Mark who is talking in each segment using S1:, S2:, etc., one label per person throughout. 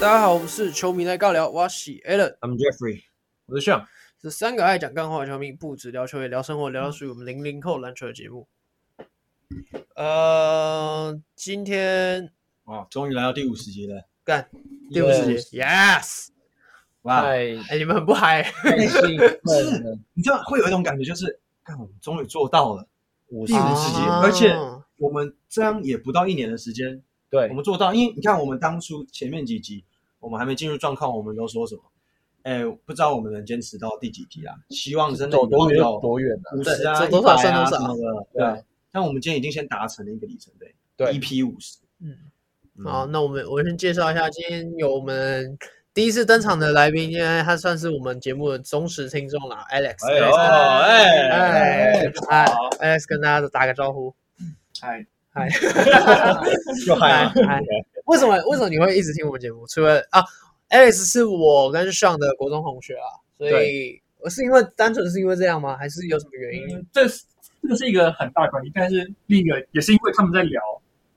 S1: 大家好，我们是球迷来尬聊，我是 Allen，
S2: I'm Jeffrey，我是 Sean。
S1: 这三个爱讲干话的球迷，不止聊球也聊生活，聊到属于我们零零后篮球的节目。呃，今天
S2: 哦，终于来到第五十集了，
S1: 干第五十
S2: Yes
S1: 集，Yes，
S2: 哇！
S3: 太
S1: 哎、你们很不嗨，
S3: 太兴奋了，
S2: 你知道会有一种感觉，就是看我们终于做到了
S3: 五 十
S2: 第五十集
S1: 啊
S2: 而且我们这样也不到一年的时间，
S3: 对
S2: 我们做到。因为你看，我们当初前面几集我们还没进入状况，我们都说什么？哎，不知道我们能坚持到第几集啊？希望真的
S3: 走多远
S2: 有
S3: 就多远呢？
S2: 五十啊，
S1: 对走多少
S2: 100啊
S1: 算多少
S2: 什么的。对啊
S3: 对，
S2: 但我们今天已经先达成了一个里程碑
S3: 对，
S2: ，EP 五十。
S1: 嗯，
S2: 嗯
S1: 好，，那我们我先介绍一下，今天有我们第一次登场的来宾，今天他算是我们节目的忠实听众啦 a l e x
S2: 哎呦，
S1: 哎
S2: 哎，
S1: 哎
S2: 好，
S1: Alex 跟大家打个招呼，
S2: 嗨，
S1: 嗨。
S2: 又嗨了，
S1: 嗨为什么为什么你会一直听我们节目？除了啊，Alex 是我跟 Sean 的国中同学啊，所以我是因为单纯是因为这样吗？还是有什么原因？
S4: 嗯，这是这个是一个很大的关系，但是另一个也是因为他们在聊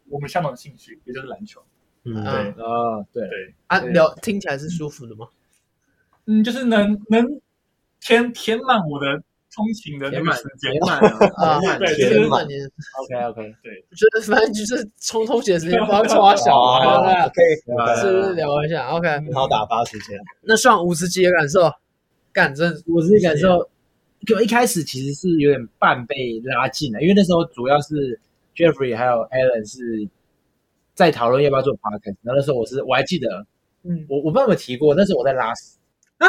S4: 我们相同的兴趣，也就是篮球。
S2: 嗯
S1: 嗯
S2: 对，
S3: 啊，对，
S4: 对，
S1: 啊，
S4: 对
S1: 聊听起来是舒服的吗？
S4: 嗯，就是能能填填满我的通勤的那
S3: 填
S4: 个
S3: 满
S4: 时间
S3: 填。满了
S1: 啊，
S4: 对
S1: 就
S4: 填
S1: 是
S4: 满
S1: 不管你
S3: ，OK OK，
S1: 就是反正就是冲通学时间，不知道冲他小
S2: 好
S1: 啊，
S2: 可以，
S1: 对不对是不
S2: 是
S1: 是聊一下？OK，
S2: 很好打发时间。
S1: 那 Sean 五十级的感受，感真的
S3: 我自己感受，就一开始其实是有点半被拉进来，因为那时候主要是 Jeffrey 还有 Alan 是在讨论要不要做 podcast，然后那时候我是我还记得，
S1: 嗯，
S3: 我我不知道有没有提过，那时候我在拉屎。
S1: 啊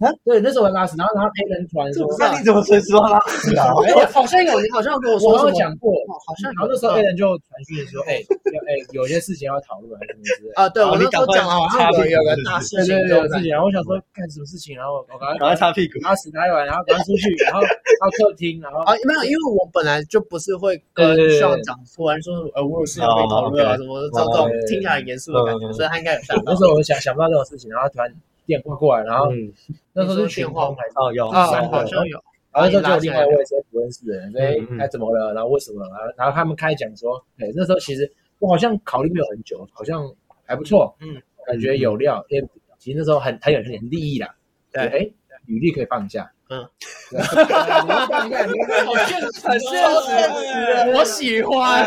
S3: 啊！对，那时候我在拉屎，然后然后 Alan 突然
S1: 这
S3: 说
S1: 不是啊
S2: 那你怎么随时都拉屎啊？
S1: 哎我好像有，你好像有跟我
S3: 我
S1: 说什
S3: 有
S1: 么？
S3: 讲过，
S1: 好像
S3: 然
S1: 有
S3: 后那时候 A 人就传讯说，哎，要哎，有些事情要讨论，还是什么之类的。
S1: 啊，对我
S2: 好
S1: 那
S2: 你
S1: 时候
S2: 赶快
S1: 讲了，好像
S2: 插
S1: 有
S2: 进
S1: 有个
S2: 去
S1: 大事情
S3: 对
S1: 嗯这种
S3: 对对，有
S1: 感觉，
S3: 事情。然后我想说干什么事情，然后我赶
S2: 赶快
S3: 快
S2: 擦屁股。
S3: 拉屎拉完，然后赶快出去，然后到客厅，然后
S1: 啊，
S2: 哦
S1: 没有，因为我本来就不是会跟
S3: 对对对
S1: 校长突然说什么，呃，我有事情被讨论啊，
S2: 哦
S1: 什么这种这种
S3: 对对对
S1: 听起来很严肃的感觉，
S2: 嗯
S1: 所以他应该有吓到
S3: 那时。候我想想不到这种事情，然后突然电话过来，然后
S2: 嗯，
S3: 那时候是群通还是，
S2: 哦有
S1: 啊，
S3: 三个
S1: 好像 有，
S3: 然后那时候就有另外一位谁不认识的人，所以哎怎么了，然后为什么，然后然后他们开讲说，哎，那时候其实我好像考虑没有很久，好像还不错，
S1: 嗯，
S3: 感觉有料，因为其实那时候很很有很有利益啦。
S1: 对
S3: 哎，履历可以放假。
S1: 嗯
S3: 对，履历放假，履历放假
S1: 很
S2: 现 实
S1: 我喜欢。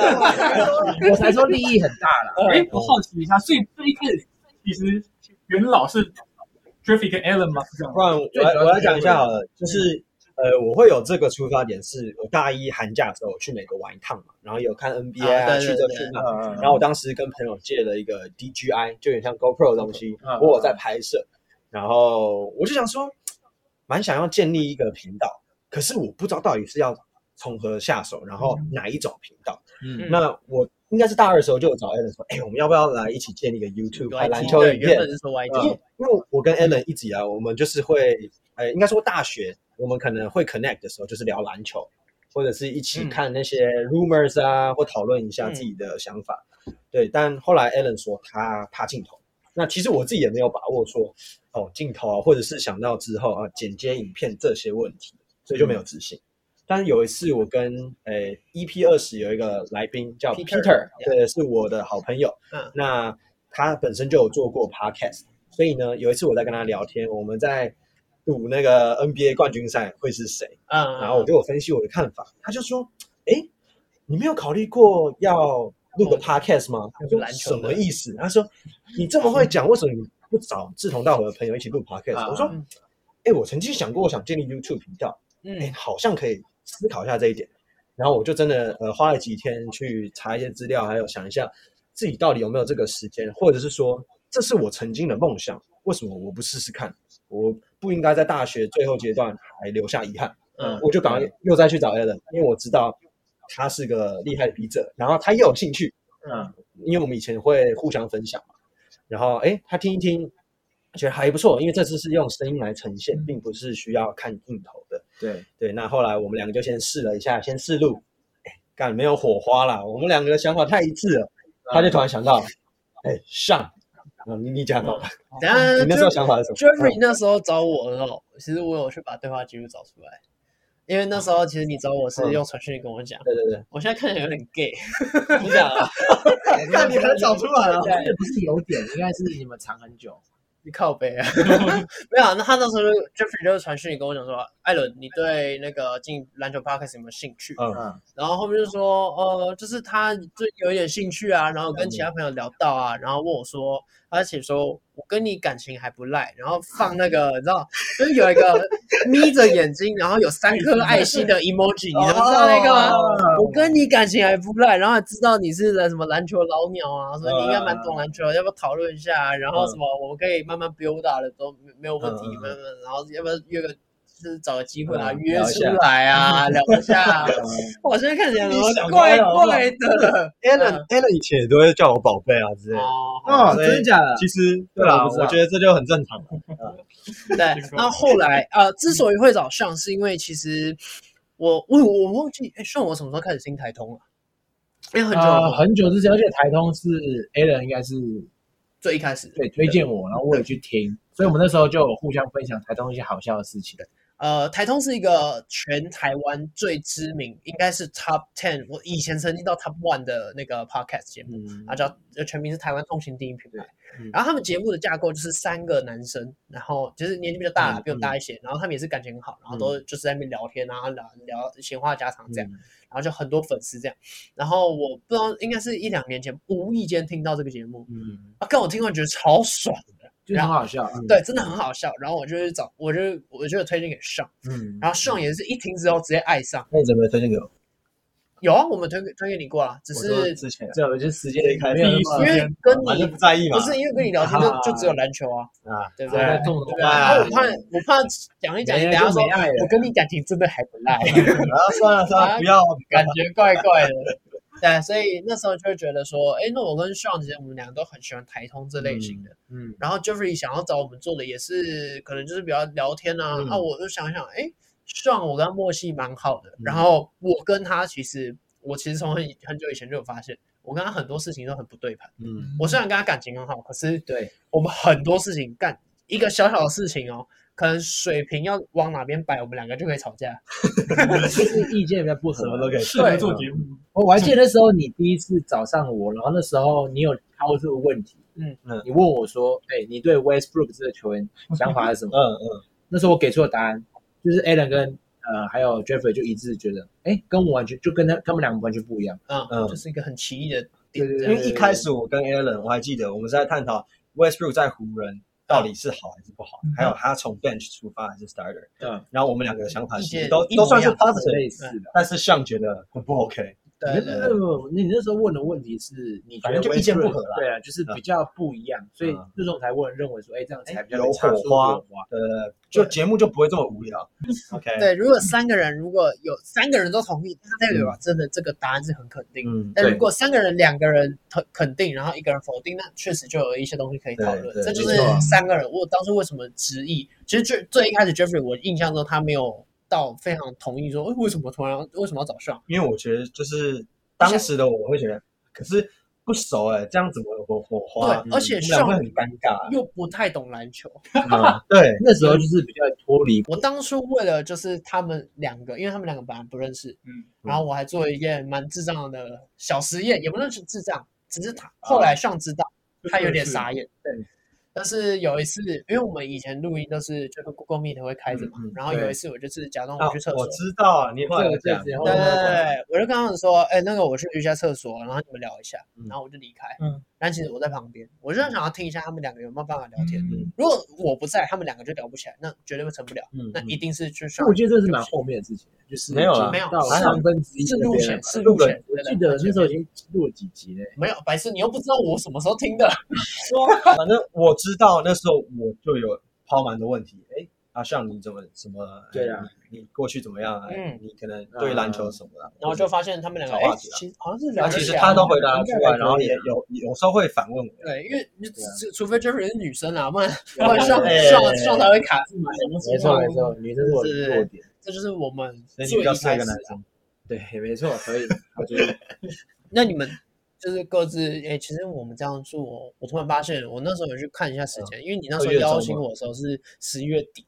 S3: 我才说利益很大啦。
S4: 哎，我好奇一下，所以最一开始其实元老是 Jeffy 跟 Allen 吗？是这样
S2: 不然我
S3: 最主要是
S2: 我要讲一下好了，就是呃，我会有这个出发点，是我大一寒假的时候我去美国玩一趟嘛，然后有看 NBA
S1: 啊
S2: 啊，
S1: 对
S2: 去
S1: 对
S2: 这
S1: 对
S2: 去那，
S3: 嗯
S2: 然后我当时跟朋友借了一个 DJI，就有点像 GoPro 的东西
S3: 嗯嗯，
S2: 我有在拍摄，然后我就想说，蛮想要建立一个频道，可是我不知道到底是要从何下手，然后哪一种频道。
S3: 嗯
S2: 那我应该是大二的时候就有找 Allen 说，哎，我们要不要来一起建立一个 YouTube 拍篮球
S1: 对
S2: 影
S1: 原
S2: 片
S1: 本？是说
S2: 因
S1: YT，
S2: 为因为我跟 Allen 一直以来，我们就是会，呃，应该说大学我们可能会 connect 的时候，就是聊篮球，或者是一起看那些 rumors 啊，或讨论一下自己的想法。对，但后来 Allen 说他怕镜头，那其实我自己也没有把握说哦镜头啊，或者是想到之后啊剪接影片这些问题，所以就没有执行。但是有一次，我跟呃 EP 二十有一个来宾叫
S1: Peter
S2: Peter，对，是我的好朋友。
S1: 嗯
S2: 那他本身就有做过 podcast，所以呢，有一次我在跟他聊天，我们在赌那个 NBA 冠军赛会是谁，
S1: 嗯，
S2: 然后我就有分析我的看法，他就说：“哎，你没有考虑过要录个 podcast 吗？”我说
S1: 哦篮：“球
S2: 什
S1: 的
S2: 么意思？”他说：“你这么会讲，为什么你不找志同道合的朋友一起录 podcast？”
S3: 啊
S2: 我说：“哎，我曾经想过，我想建立 YouTube 频道，哎，
S1: 嗯
S2: 好像可以思考一下这一点。”然后我就真的呃花了几天去查一些资料，还有想一下自己到底有没有这个时间，或者是说这是我曾经的梦想，为什么我不试试看？我不应该在大学最后阶段还留下遗憾。
S1: 嗯
S2: 我就赶快又再去找 Allen，因为我知道他是个厉害的笔者，然后他也有兴趣，
S3: 嗯，
S2: 因为我们以前会互相分享嘛。然后哎，他听一听，觉得还不错，因为这次是用声音来呈现，并不是需要看镜头的。
S3: 对，
S2: 对，那后来我们两个就先试了一下，先试录，哎，干没有火花啦，我们两个的想法太一致了，他就突然想到，哎，上，啊你你讲吧，
S1: 等一下
S2: 你那时候想法是什么嗯
S1: Jeffrey 那时候找我的时候，其实我有去把对话记录找出来，因为那时候其实你找我
S2: 嗯
S1: 是用传讯跟我讲，
S2: 对对对，
S1: 我现在看起来有点 gay，不讲了，
S2: 那你才找出来啊！
S1: 对
S3: 不是有点，应该是你们藏很久。
S1: 你靠北啊， 没有啊，那他那时候就 Jeffrey 就是传讯跟我讲说，艾伦，你对那个进篮球 podcast 有没有兴趣？
S2: 嗯
S3: 嗯，
S1: 然后后面就说，呃，就是他对有一点兴趣啊，然后跟其他朋友聊到啊，然后问我说，而且说我跟你感情还不赖，然后放那个，你知道，就是有一个眯着眼睛，然后有三颗爱心的 emoji，你知不知道那个吗？我
S2: 嗯
S1: 跟你感情还不赖，然后还知道你是什么篮球老鸟啊，所以你应该蛮
S2: 嗯
S1: 懂篮球，要不要讨论一下啊？然后什么，我们可以慢慢 build 啊的，都没没有问题，
S2: 嗯嗯嗯
S1: 慢慢，然后要不要约个，就是找个机会啊，
S2: 嗯
S1: 约
S2: 聊一
S1: 出
S2: 下嗯
S1: 来啊，聊一下 啊。我现在看起来怎么
S2: 你想
S1: 怪
S2: 歪了好不好
S1: 怪的
S2: Alan Alan 以前也都会叫我宝贝啊之类 的。
S1: 哦，
S3: 哦，真的假的？
S2: 其实
S3: 对
S2: 对
S3: 啊
S2: 啊，
S3: 我知道
S2: 我觉得这就很正常了。
S1: 对。那后来呃，之
S2: 嗯
S1: 所以会找上，是因为其实我我我忘记，哎，算我什么时候开始听台通了？啊因为很久
S2: 啊
S3: 呃，
S1: 了，
S3: 很久之前，而且台通是 Alan 应该是
S1: 最一开始，
S3: 对推荐我，然后我也去听，所以我们那时候就有互相分享台通一些好笑的事情。
S1: 呃，台通是一个全台湾最知名，应该是 Top Ten，我以前曾经到 Top One 的那个 Podcast 节目。
S3: 嗯
S1: 啊，叫呃全名是台湾通勤第一品牌。
S3: 嗯
S1: 然后他们节目的架构就是三个男生，然后就是年纪比较大啦，
S3: 嗯
S1: 比我大一些，然后他们也是感情很好，然后都就是在那边聊天啊，聊聊闲话家常这
S3: 嗯
S1: 样，然后就很多粉丝这样。然后我不知道，应该是一两年前无意间听到这个节目，
S3: 嗯，
S1: 啊，跟我听完觉得超爽的，
S3: 就是很好笑。
S1: 对，真的很好笑。然后我就去找，我就我就有推荐给上，
S3: 嗯，
S1: 然后上也是一听之后直接爱上。
S2: 那你怎么推荐给我？
S1: 有啊，我们推给推给你过了，只
S2: 我说
S1: 是
S2: 之前啊
S3: 这我就时间
S2: 最开
S3: 没
S2: 始
S3: 有
S4: 第一
S3: 那
S1: 因
S4: 时
S3: 么
S4: 间
S1: 为跟
S2: 啊反正
S1: 你
S2: 不在意嘛。
S1: 不 是因为跟你聊天就就只有篮球啊，
S2: 啊，
S1: 对不对？
S3: 在动的
S1: 对啊，然
S2: 哎
S1: 后我怕我怕讲一讲，你等一下说
S3: 没 爱
S1: 我
S3: 了。
S1: 跟你感情真的还不 赖，
S2: 然后啊算了算了， 不要
S1: 感觉怪怪的。对，所以那时候就会觉得说，哎，那我跟 Sean 其实我们两个都很喜欢台通这类型的。
S3: 嗯，
S1: 然后 Jeffrey 想要找我们做的也是，可能就是比较聊天啊。
S2: 嗯
S1: 啊，我就想想，哎，Sean 我跟他默契蛮好的。
S3: 嗯
S1: 然后我跟他其实，我其实从很很久以前就有发现，我跟他很多事情都很不对盘。
S2: 嗯，
S1: 我虽然跟他感情很好，可是
S3: 对，
S1: 我们很多事情干一个小小的事情哦，可能水平要往哪边摆，我们两个就可以吵架。
S3: 就是意见比较不
S2: 什。
S3: 合
S2: 么都可以。
S4: 适合做节目，
S3: 我我还记得那时候你第一次找上我，然后那时候你有抛这个问题，
S1: 嗯
S2: 嗯
S3: 你问我说，哎、你对 Westbrook 这个球员想法是什么？
S2: 嗯嗯，
S3: 那时候我给出的答案就是 Allen 跟呃还有 Jeffrey 就一致觉得，哎、跟我完全就跟他他们两个完全不一样。
S1: 嗯，
S2: 嗯
S1: 就是一个很奇异的
S3: 对
S1: 点。
S3: 对
S1: 这
S2: 因
S1: 样
S2: 为一开始我跟 Alan 我还记得我们是在探讨 Westbrook 在湖人到底是好还是不好，
S4: 嗯
S2: 还有他从 bench 出发还是 starter。
S3: 嗯，
S2: 然后我们两个的想法其
S1: 意见
S2: 实都
S1: 一模
S2: 都算是
S1: 一样
S2: positive，
S3: 类似的。
S2: 但是像觉得很不 OK。
S1: 对对对
S3: 没有没有没有你那时候问的问题是，你觉
S2: 反
S3: 得
S2: 正就意见
S3: Westbrook-
S2: 不合啦嗯
S3: 对啊，就是比较不一样，所以这种才问认为说，哎、这样才比较
S2: 有
S3: 擦出
S2: 火花
S3: 火花。
S2: 对对对，就节目就不会这么无聊。OK，
S1: 对，如果三个人如果有三个人都同意，那代表
S3: 嗯
S1: 真的这个答案是很肯定。
S2: 嗯，
S1: 但
S3: 对
S1: 呃如果三个人两个人肯肯定，然后一个人否定，那确实就有一些东西可以讨论。
S2: 对对
S1: 这就是
S2: 没错啊
S1: 三个人。我当初为什么执意？其实最最一开始 Jeffrey 我印象中他没有到非常同意说，哎为什么突然要为什么要找上？
S2: 因为我觉得就是当时的我会觉得，可是不熟哎、这样怎么有火火花？
S1: 对而且
S2: 我们俩会
S1: 上
S2: 很尴尬。
S1: 又不太懂篮球。
S2: 嗯 对，
S3: 那时候就是比较脱离
S1: 我当初为了就是他们两个，因为他们两个本来不认识，
S4: 嗯，
S1: 然后我还做了一件蛮智障的小实验，也不能是智障，只是他后来上知道，他有点傻眼，对。但是有一次，因为我们以前录音都是这个 Google Meet 会开着嘛，
S2: 嗯嗯
S1: 然后有一次我就是假装我
S2: 啊
S1: 去厕所，
S2: 我知道啊，你
S3: 这
S2: 后来
S3: 个
S2: 这
S3: 这
S2: 样
S3: 样，，然后
S1: 对对对，我就跟他们说，哎、那个我去一下厕所，然后你们聊一下，
S2: 嗯
S1: 然后我就离开。
S4: 嗯，
S1: 但其实我在旁边，我就想要听一下他们两个有没有办法聊天。
S4: 嗯
S1: 如果我不在，他们两个就聊不起来，那绝对会成不了。
S2: 嗯，
S1: 那一定是去
S3: 但
S1: 上。
S3: 我觉得这是蛮后面的事情，就是
S2: 没有啊啦
S3: 已经
S1: 没有
S3: 到三分之一
S1: 是
S3: 那
S1: 路
S3: 边
S1: 线
S3: 了，
S1: 是
S2: 录
S1: 路线。
S3: 我
S1: 对
S3: 记得那时候已
S1: 对
S3: 经录了几集嘞。
S1: 没有白痴，你又不知道我什么时候听的。
S2: 反正我知道那时候我就有抛蛮多问题，哎，阿像你怎么怎么？
S3: 对啊，
S2: 你你过去怎么样啊？
S1: 嗯
S2: 你可能对篮球什么的，
S1: 然后就发现他们两个，
S2: 找
S1: 哎
S2: 话，题啊
S1: 其实好像是
S2: 那
S1: 聊得
S2: 其实
S1: 起来
S2: 他都回答得出
S3: 应该
S2: 来，
S3: 还
S2: 然后
S3: 可以
S1: 啊
S2: 也有有时候会反问我，
S1: 对，因为你
S3: 对啊
S1: 只除非 Jeffrey 是女生啊，不然不然上
S2: 哎
S1: 上上才会卡住嘛。
S3: 啊没错没错，女生是我的
S1: 是
S3: 弱点。
S1: 这就是我们
S2: 所
S1: 最
S2: 以你比较
S1: 一
S2: 适合
S1: 开
S2: 一
S1: 始
S2: 个男。生。
S3: 对，没错，可以。我觉 得
S1: 那你们就是各自哎，其实我们这样
S2: 嗯
S1: 做，我突然发现，我那时候有去看一下时间，因为你那时候
S2: 二月中
S1: 邀请我的时候是十一月底，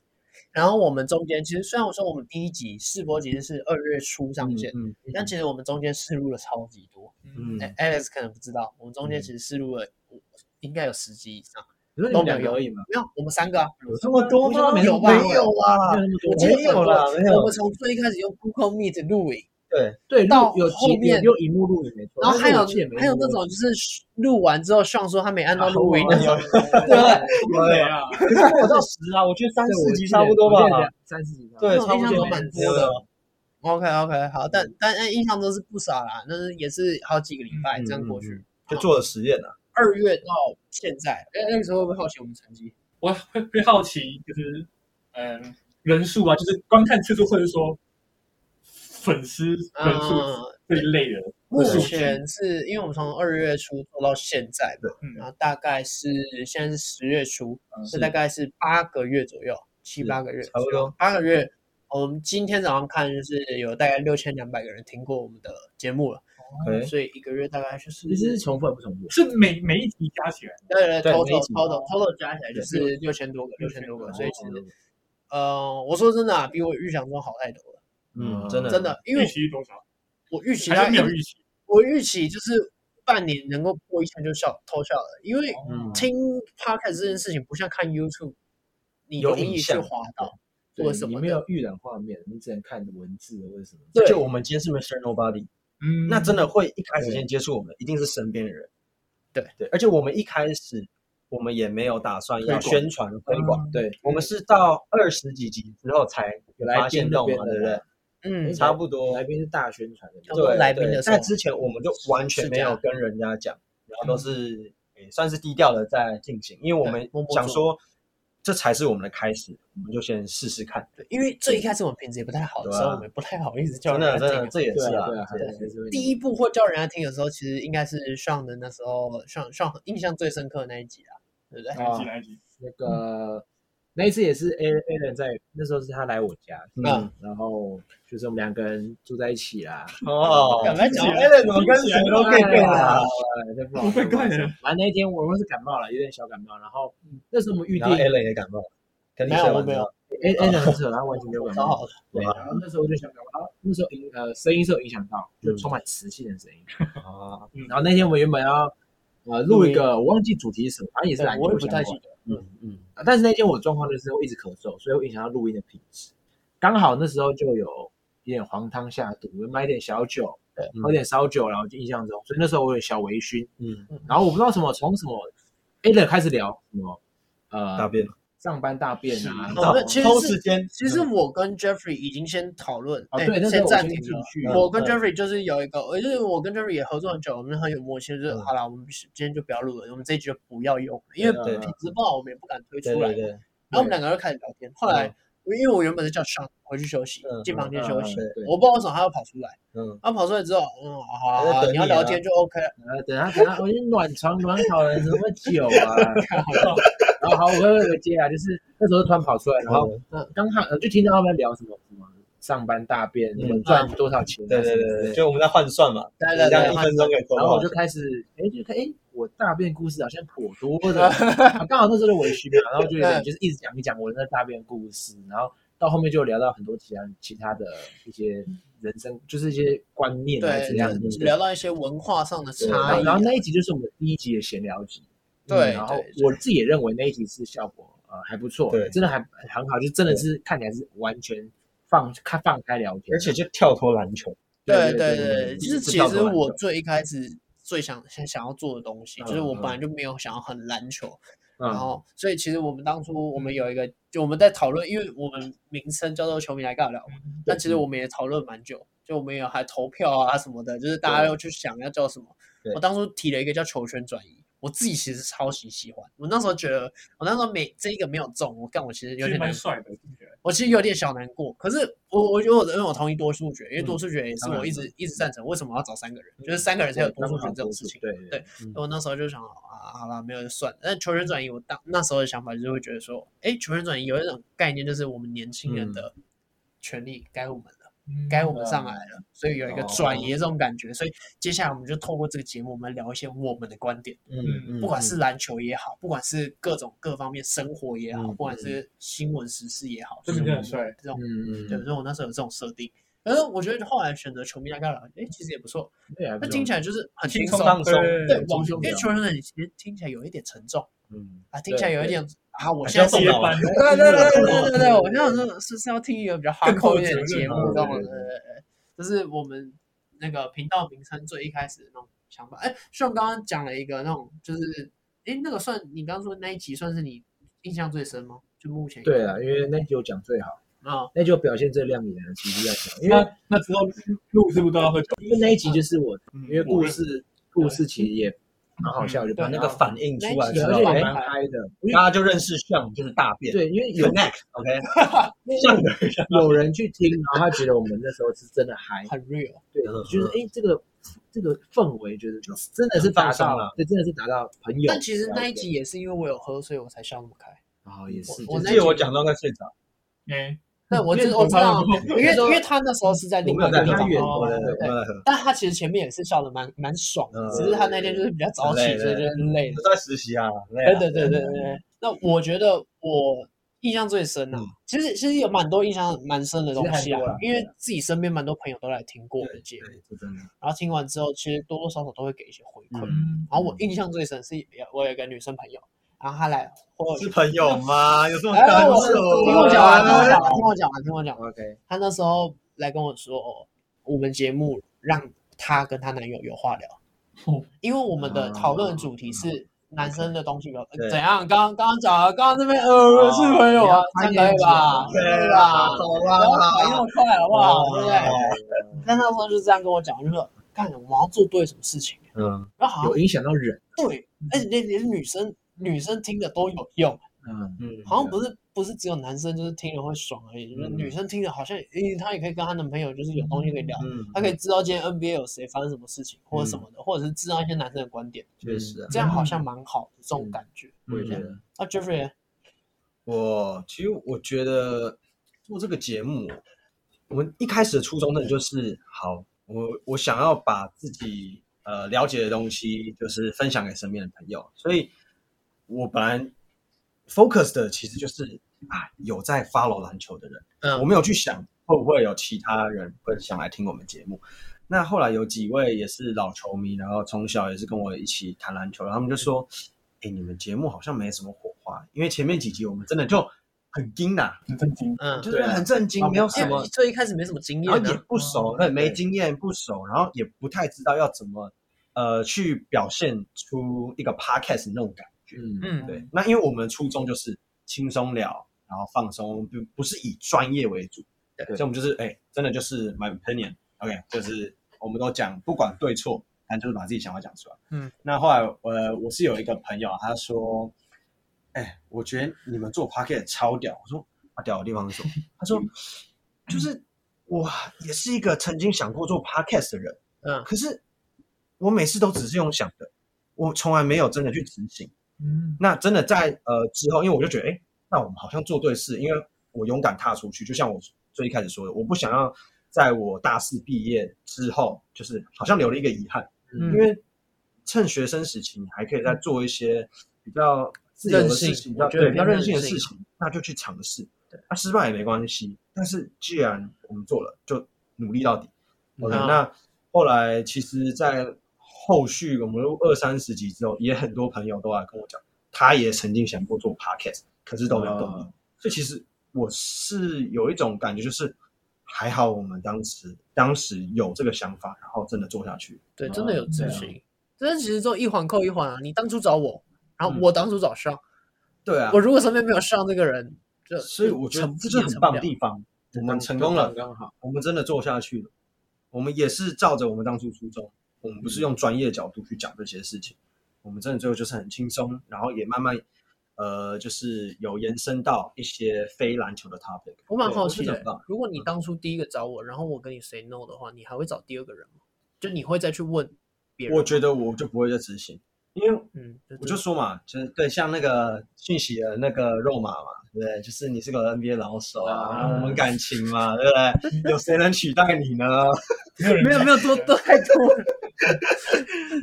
S1: 然后我们中间其实虽然我说我们第一集试播其实是二月初上线，
S2: 嗯
S1: 但其实我们中间试录了超级多。
S2: 嗯
S1: 哎 Alex 可能不知道，我们中间其实试录了五应该有十集以上。
S3: 你说你们两个而已嘛，
S1: 没有，我们三个啊，
S2: 有这么多吗？
S3: 没
S1: 有吧？
S2: 没有
S3: 没
S2: 啊，
S3: 有那么多
S1: 我记得
S2: 没有啦
S1: 很多
S2: 没有
S1: 我们从最一开始用 Google Meet 录影，
S2: 对，
S3: 对，
S1: 到
S3: 录有
S1: 后
S3: 几
S1: 面
S3: 有用荧幕录也没错，
S1: 然后还有
S3: 但是我记得没
S1: 还有那种就是录完之后，上说他没按到录音
S2: 啊
S1: 那
S2: 有
S1: 种，
S2: 对
S1: 对
S4: 对啊，
S2: 可是没有到十啊，我觉得三
S3: 对我
S2: 四
S3: 记
S2: 集
S3: 得
S2: 差不多吧
S3: 我记。得两三四集吧，
S2: 对，
S1: 我
S2: 差
S1: 印
S2: 不
S1: 象
S2: 多
S1: 中蛮多的。OK OK，好，但但但印象中是不少啦，但是也是好几个礼拜这样过去。
S2: 就做了实验啊。
S1: 二月到现在，哎，那个时候会不会好奇我们成绩？
S4: 我会会好奇，就是嗯人数啊，就是观看次数或者说粉丝人数
S1: 嗯，
S4: 这一类的，
S1: 目
S4: 数据
S1: 前是因为我们从二月初做到现在嘛，
S4: 嗯
S1: 然后大概是现在是十月初，
S4: 嗯
S1: 所以大概是八个月左右，七八个月，
S2: 差不多。
S1: 八个月。我们今天早上看就是有大概六千两百个人听过我们的节目了，
S2: 对，
S1: 所以一个月大概就是
S3: 其实是重复也不重复，
S4: 是每每一集加起来，
S1: 对
S2: 对
S1: t o
S2: 每
S1: t
S2: 一
S1: a
S2: 集
S1: total total 加起来就是六千多个，六
S4: 六
S1: 千
S4: 千
S1: 多个，
S2: 嗯
S4: 多个
S3: 哦
S1: 所以其实呃，我说真的啊，比我预想中好太多了，
S2: 嗯，真的
S1: 真的，因为
S4: 预期多少？
S1: 我预期
S4: 还
S1: 大
S4: 是
S1: 概
S4: 没有预期？
S1: 我预期就是半年能够播一下就笑偷笑了，因为
S2: 嗯
S1: 听 podcast 这件事情不像看 YouTube，你
S2: 有
S1: 容
S2: 影
S1: 易去
S2: 像
S1: 滑到
S3: 对
S1: 或者什
S3: 你
S1: 么
S3: 没
S1: 的。
S3: 有预览画面，你只能看文字或者什么。
S1: 对
S2: 就我们今天是 Mr. Nobody，
S4: 嗯
S2: 那真的会一开始先接触我们，一定是身边的人。
S1: 对
S2: 对，而且我们一开始我们也没有打算要
S3: 推广
S2: 宣传推
S4: 嗯
S2: 广，
S3: 对，
S2: 我们是到二十几集之后才有发现到嘛，对不
S3: 啊
S2: 对？
S1: 嗯，
S2: 差不多
S3: 来。宾是大宣传的
S1: 差
S3: 那
S1: 不
S3: 种，
S1: 多
S2: 对，
S1: 来宾
S2: 对
S1: 的时候
S2: 在之前我们就完全没有跟人家讲，然后都是也算是低调的在进行，因为我们
S1: 对默默做
S2: 想说这才是我们的开始，我们就先试试看。
S1: 对因为最一开始我们品质也不太好的
S2: 嗯对
S1: 时候，
S2: 啊
S1: 我们不太好意思叫
S2: 真的
S1: 人家
S2: 哦真
S1: 听
S2: 的
S1: 啊。
S2: 这也
S3: 对
S2: 是
S3: 啊
S2: 啊
S3: 对啊，
S2: 这也是
S1: 第一步或叫人家听的时候，其实应该是上的那时候上上印象最深刻的那一集啦，对不对？
S4: 啊哪一集哪一集？
S3: 那个那一次也是 A A 人在那时候是他来我家，
S1: 嗯
S3: 然后就是我们两个人住在一起啦。
S2: 哦，
S1: 赶快讲哎
S2: a l 怎么跟谁都可以变啊？
S3: 不
S4: 不会怪人
S3: 反正那一天我们是感冒了，有点小感冒，然后那时候我们预定
S2: 然后 a l 也感冒了，肯定是
S1: 没有
S3: A A 人很扯，他完全没有
S2: 啊
S3: 感
S1: 超
S3: 冒
S1: 哦好。的，
S3: 对，
S2: 哇
S3: 然后那时候我就想感冒，然后那时候影呃声音是有影响到，
S1: 嗯
S3: 就充满磁性的声音。
S2: 啊，
S3: 然后那天我们原本要呃录一个，我忘记主题是什么，反正也是
S1: 对
S3: 篮
S1: 我也
S3: 球
S1: 不
S3: 相
S1: 太
S3: 关
S1: 记。得。
S2: 嗯嗯，
S3: 啊但是那天我的状况就是我一直咳嗽，所以会影响到录音的品质。刚好那时候就有一点黄汤下肚，我买点小酒，
S1: 对嗯
S3: 喝点烧酒，然后就印象中，所以那时候我有小微醺。
S2: 嗯，
S3: 然后我不知道什么从什么 A 人开始聊什么呃
S2: 大便，
S3: 上班大便啊，
S1: 是
S3: 然后
S1: 那其实
S2: 偷
S1: 是
S2: 时间，
S1: 其实我跟 Jeffrey 已经先讨论，
S2: 哦
S3: 啊
S1: 哎
S3: 对那时
S1: 先
S3: 候我
S1: 暂
S3: 先
S1: 停
S3: 进
S1: 了哦
S3: 去
S1: 我跟
S2: 嗯
S1: Jeffrey 就是有一个，呃就是我跟 Jeffrey 也合作很久，我们很有默契，就是
S2: 嗯
S1: 好了，我们今天就不要录了，我们这一集就不要用了，因为
S2: 对
S1: 品质不好，我们也不敢推
S2: 对
S1: 出来
S2: 对。对，
S1: 然后我们两个就开始聊天，后来因为我原本是叫 Sean 回去休息，
S2: 嗯
S1: 进房间
S3: 嗯
S1: 休息
S3: 嗯，对，
S1: 我不知道为什么他要跑出来，
S2: 嗯，
S1: 他跑出来之后，嗯，好啊，
S2: 还在
S1: 好啊
S2: 等
S1: 你要
S2: 你啊
S1: 聊天就 OK 了，
S3: 呃等下等下，我已经暖床暖好了，什么酒啊？然后好，我喝了个接啊，就是那时候突然跑出来，然后
S2: 嗯
S3: 刚看呃就听到他们聊什么什么上班大便，什么赚多少钱啊，
S2: 对对
S3: 什么之
S2: 对
S3: 类
S2: 对，
S3: 的
S2: 就我们在换算嘛，
S1: 对
S2: 这
S1: 对
S2: 样
S1: 对
S2: 一，分钟可以多
S3: 然后我就
S2: 少
S3: 开始哎就看哎我大便故事好像颇 多的，啊刚好那时候就微醺嘛，然后就有
S1: 嗯
S3: 点就是一直讲一讲我的那大便故事，然后到后面就聊到很多其他其他的一些人生，就是一些观念啊
S1: 对
S3: 怎样
S1: 就
S3: 子
S1: 是。聊到一些文化上的
S2: 对
S1: 差异
S3: 然后然后
S1: 啊，
S3: 那一集就是我们第一集的闲聊集，嗯
S1: 对
S3: 然后
S1: 对
S3: 我自己也认为那一集是效果呃还不错，
S2: 对
S3: 真的还很好，就真的是看起来是完全放开放开聊天，
S2: 而且就跳脱篮球，
S1: 对
S3: 对
S1: 对对，就是其实我最一开始最想想想要做的东西，就是
S3: 嗯
S1: 我本
S3: 嗯
S1: 来就没有想要很篮球，
S3: 嗯
S1: 然后所以其实我们当初我们有一个，就我们在讨论，因为我们名称叫做球迷来尬聊嘛，但其实我们也讨论蛮久，就我们也还投票啊什么的，就是大家要去想要叫什么
S2: 对。
S1: 我当初提了一个叫球权转移。我自己其实超级喜欢，我那时候觉得，我那时候没这一个没有中，我干我其实有
S4: 其实
S1: 点难
S4: 蛮帅的，听起来
S1: 我其实有点小难过，可是我我觉得我因为我同意多数决，因为
S2: 嗯
S1: 多数决也是
S3: 当然
S1: 我一直一直赞成，为什么要找三个人？
S2: 嗯
S1: 就是三个人才有多数
S3: 数
S1: 决这种事情。
S3: 对
S1: 对我那时候就想啊，好了，没有就算了。但球员转移，我当那时候的想法就是会觉得说，哎，球员转移有一种概念，就是我们年轻人的权利该我们了，
S4: 嗯
S1: 该我们上来了，所以有一个转
S2: 哦
S1: 移的这种感觉。所以接下来我们就透过这个节目，我们聊一些我们的观点，
S2: 嗯，
S1: 不管是篮球也好，不管是各种各方面生活也好，
S2: 嗯
S1: 不管是新闻时事也好，
S4: 这
S1: 就是
S4: 名字
S1: 我
S4: 很帅
S1: 们这种
S2: 嗯
S1: 对，所以我那时候有这种设定。可是我觉得后来选择球迷大概了，哎，其实也不错。
S3: 对啊，
S1: 那听起来就是很轻
S4: 松
S1: 松，
S4: 放松，
S1: 对，
S3: 轻
S1: 网
S3: 松
S1: 因为
S3: 聊
S1: 球员的其实听起来有一点沉重
S2: 嗯，
S1: 啊，听起来有一
S3: 对
S1: 点啊，我
S2: 还是
S1: 现
S2: 要
S1: 在是
S2: 动
S4: 接
S2: 脑
S4: 班
S2: 啊，
S1: 对对对对对对对，我就想说，是是要听一个比较
S4: 更
S1: hardcore
S4: 负
S1: 一点的
S4: 责
S1: 节
S4: 任
S1: 目
S2: 啊，
S1: 这种的，
S2: 对
S1: 对对对，就是我们那个频道名称最一开始的那种想法。哎，像刚刚讲了一个那种，就是哎，那个算你刚刚说那一集算是你印象最深吗？就目前
S3: 对啊，因为那集我讲最好，
S1: 啊，
S3: 那集我表现最亮眼，其实要讲，因为
S4: 那那之后录是不是都要喝酒？
S3: 因为那一集就是我，
S4: 嗯
S3: 因为故事故事其实也蛮好笑，我就
S2: 把
S3: 把
S2: 那个
S3: 反，
S2: 反应出来
S3: 对
S2: 之
S3: 而
S2: 后
S3: 且，也
S2: 哎
S3: 蛮嗨的，因为
S2: 大家就认识像就是大便
S3: 对，因为有
S2: ，connect，OK，像的人
S3: 有人去听，然后他觉得我们那时候是真的嗨，
S1: 很 real，
S3: 对，就是哎、这个这个氛围，觉得就真的是达
S2: 放松
S3: 到
S2: 了，
S3: 对，真的是达到朋友。
S1: 但其实那一集
S3: 了
S1: 也是因为我有喝，所以我才笑那么开。
S3: 解，哦，也是，
S1: 我
S2: 我
S1: 那
S2: 记得我讲到快睡着，
S4: 哎，
S1: 对，我知
S4: 因为
S1: 我知道
S4: 我，
S1: 因为因为他那时候是在
S2: 我
S1: 另
S2: 没
S1: 外
S2: 有
S1: 一
S2: 在
S1: 个
S2: 喝
S1: 地方
S3: 另外一个地方
S1: 哦
S2: 我没有
S3: 对
S2: 在喝，
S1: 但他其实前面也是笑的蛮蛮爽的，
S2: 嗯
S1: 只是他那天就是比较早起，
S2: 很累
S1: 所以就是累
S2: 我
S1: 了。
S2: 在实习啊，很累
S1: 对
S2: 啊
S1: 对对对对。对。那我觉得我印象最深啊
S2: 嗯，
S1: 其实其实有蛮多印象蛮深的东
S3: 其
S1: 西
S3: 实
S1: 啊
S3: 很多啦，
S1: 因为自己身边蛮多朋友都来听过我的节目，
S2: 对，是真的，
S1: 然后听完之后，其实多多少少都会给一些回馈。
S4: 嗯，
S1: 然后我印象最深是有我有一个女生朋友，然后她来我
S2: 是朋友吗？有这么
S1: 哦哎
S2: 单
S1: 我
S2: 纯吗
S1: 听我讲完，听我讲完，听我讲完，听我讲完。
S3: OK，
S1: 她那时候来跟我说，哦我们节目让她跟她男友有话聊，
S4: 哦
S1: 因为我们的
S3: 啊
S1: 讨论的主题是男生的东西比较
S2: 对哦
S1: 怎样？刚刚刚刚讲了，刚刚这边呃是朋友啊，这样可以吧？
S2: 对
S1: 可以
S2: 啦，
S1: 吧？
S2: 好哦
S1: 不要反应那
S2: 啦，
S1: 么快好不啊好？啊对不对？
S3: 对，
S1: 但那时候就这样跟我讲，就说干，我们要做对什么事情，
S2: 嗯，
S1: 然后好
S3: 有
S1: 像
S3: 影响到人，
S1: 对，而且连连女生女生听的都有用，
S3: 嗯，
S2: 嗯
S1: 好像不是不是只有男生就是听了会爽而已，就是
S2: 嗯
S1: 女生听了好像，诶，她也可以跟她男朋友就是有东西可以聊，
S2: 嗯
S1: 她可以知道今天 NBA 有谁发生什么事情或者什么的，或者是知道一些男生的观点，
S2: 确实啊，
S1: 这样好像蛮好的这种感觉。
S3: 我也觉得，
S1: 啊，Jeffrey 呢。
S2: 我其实我觉得做这个节目，我们一开始的初衷呢，就是好，我我想要把自己呃了解的东西，就是分享给身边的朋友，所以我本来 focus 的其实就是啊，有在 follow 篮球的人，
S1: 嗯
S2: 我没有去想会不会有其他人会想来听我们节目。那后来有几位也是老球迷，然后从小也是跟我一起谈篮球，然后他们就说：“哎、你们节目好像没什么火花，因为前面几集我们真的就很惊呐、
S4: 很震惊，
S1: 嗯，
S2: 就是很震惊，没有什么，
S1: 最一开始没什么经验、
S2: 然
S1: 啊，
S2: 后也不熟，对，没经验，不熟，然后也不太知道要怎么呃去表现出一个 podcast 那种感觉。
S3: 嗯，
S1: 嗯，
S2: 对，那因为我们的初衷就是轻松聊，然后放松，不不是以专业为主，
S1: 对嗯
S2: 所以我们就是哎、真的就是 my opinion，OK，、就是我们都讲不管对错，但就是把自己想法讲出来。
S1: 嗯，
S2: 那后来呃，我是有一个朋友啊，他说，哎、我觉得你们做 p o c k e t 超屌，我说他屌的地方是什么？他说就是我也是一个曾经想过做 podcast 的人。
S1: 嗯
S2: 可是我每次都只是用想的，我从来没有真的去执行。
S4: 嗯，
S2: 那真的在呃之后，因为我就觉得，哎，那我们好像做对事，因为我勇敢踏出去。就像我最一开始说的，我不想要在我大四毕业之后，就是好像留了一个遗憾，
S1: 嗯
S2: 因为趁学生时期，你还可以再做一些比较自由的事情，比较
S1: 任性我觉得
S2: 对比较
S1: 偏
S2: 任性的
S1: 任
S2: 事
S1: 性啊
S2: 情，那就去尝试。那、失败也没关系，但是既然我们做了，就努力到底。OK，、
S1: 嗯
S2: 那后来其实，在后续我们录二三十集之后，也很多朋友都来跟我讲，他也曾经想过做 podcast，可是都没有动力。
S3: 哦
S2: 所以其实我是有一种感觉，就是还好我们当时当时有这个想法，然后真的做下去。
S1: 对，真的有执
S3: 对啊
S1: 行，真的其实就一环扣一环啊。你当初找我，然后
S2: 嗯
S1: 我当初找上，
S2: 对啊
S1: 我如果身边没有上这个人，就
S2: 所以我觉得
S1: 成
S2: 这
S1: 也成
S2: 是很
S1: 不
S2: 棒的
S1: 了
S2: 地方，我们成功了
S3: 刚，刚好，
S2: 我们真的做下去了，我们也是照着我们当初初衷，我们不是用专业角度去讲这些事情，我们真的最后就是很轻松，然后也慢慢呃，就是有延伸到一些非篮球的 topic。
S1: 我蛮
S2: 对
S1: 好
S2: 我觉
S1: 奇
S2: 得
S1: 的
S2: 很棒
S1: 欸，如果你当初第一个找我，然后我跟你 say no 的话，你还会找第二个人吗？就你会再去问别人吗？
S2: 我觉得我就不会再执行，因为
S1: 嗯，
S2: 我就说嘛，就是对，像那个讯息的那个肉麻嘛，对不对？就是你是个 NBA 老手啊，
S3: 啊
S2: 然后我们感情嘛，对不对？有谁能取代你呢？
S4: 没有人
S1: 没有没有多多太多了，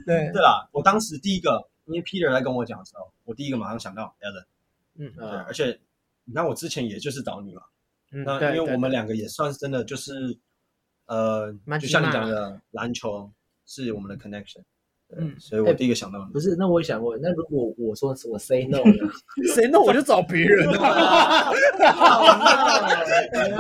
S1: 对，
S2: 对啦，我当时第一个，因为 Peter 在跟我讲的时候，我第一个马上想到 Allen，
S1: 嗯
S2: 对，
S3: 嗯
S2: 而且你看我之前也就是找你嘛，
S1: 嗯，
S2: 那
S1: 对
S2: 因为
S1: 对
S2: 我
S1: 对
S2: 们两个也算是真的就是，呃，
S1: 蛮
S2: 就
S1: 起
S2: 像你
S1: 码
S2: 讲的，篮球是我们的 connection，嗯，
S1: 嗯
S2: 所以我第一个想到 你
S3: 不。是，那我也想问，那如果我说我 say no 呢？
S1: 谁弄我就找别人 啊，
S2: 你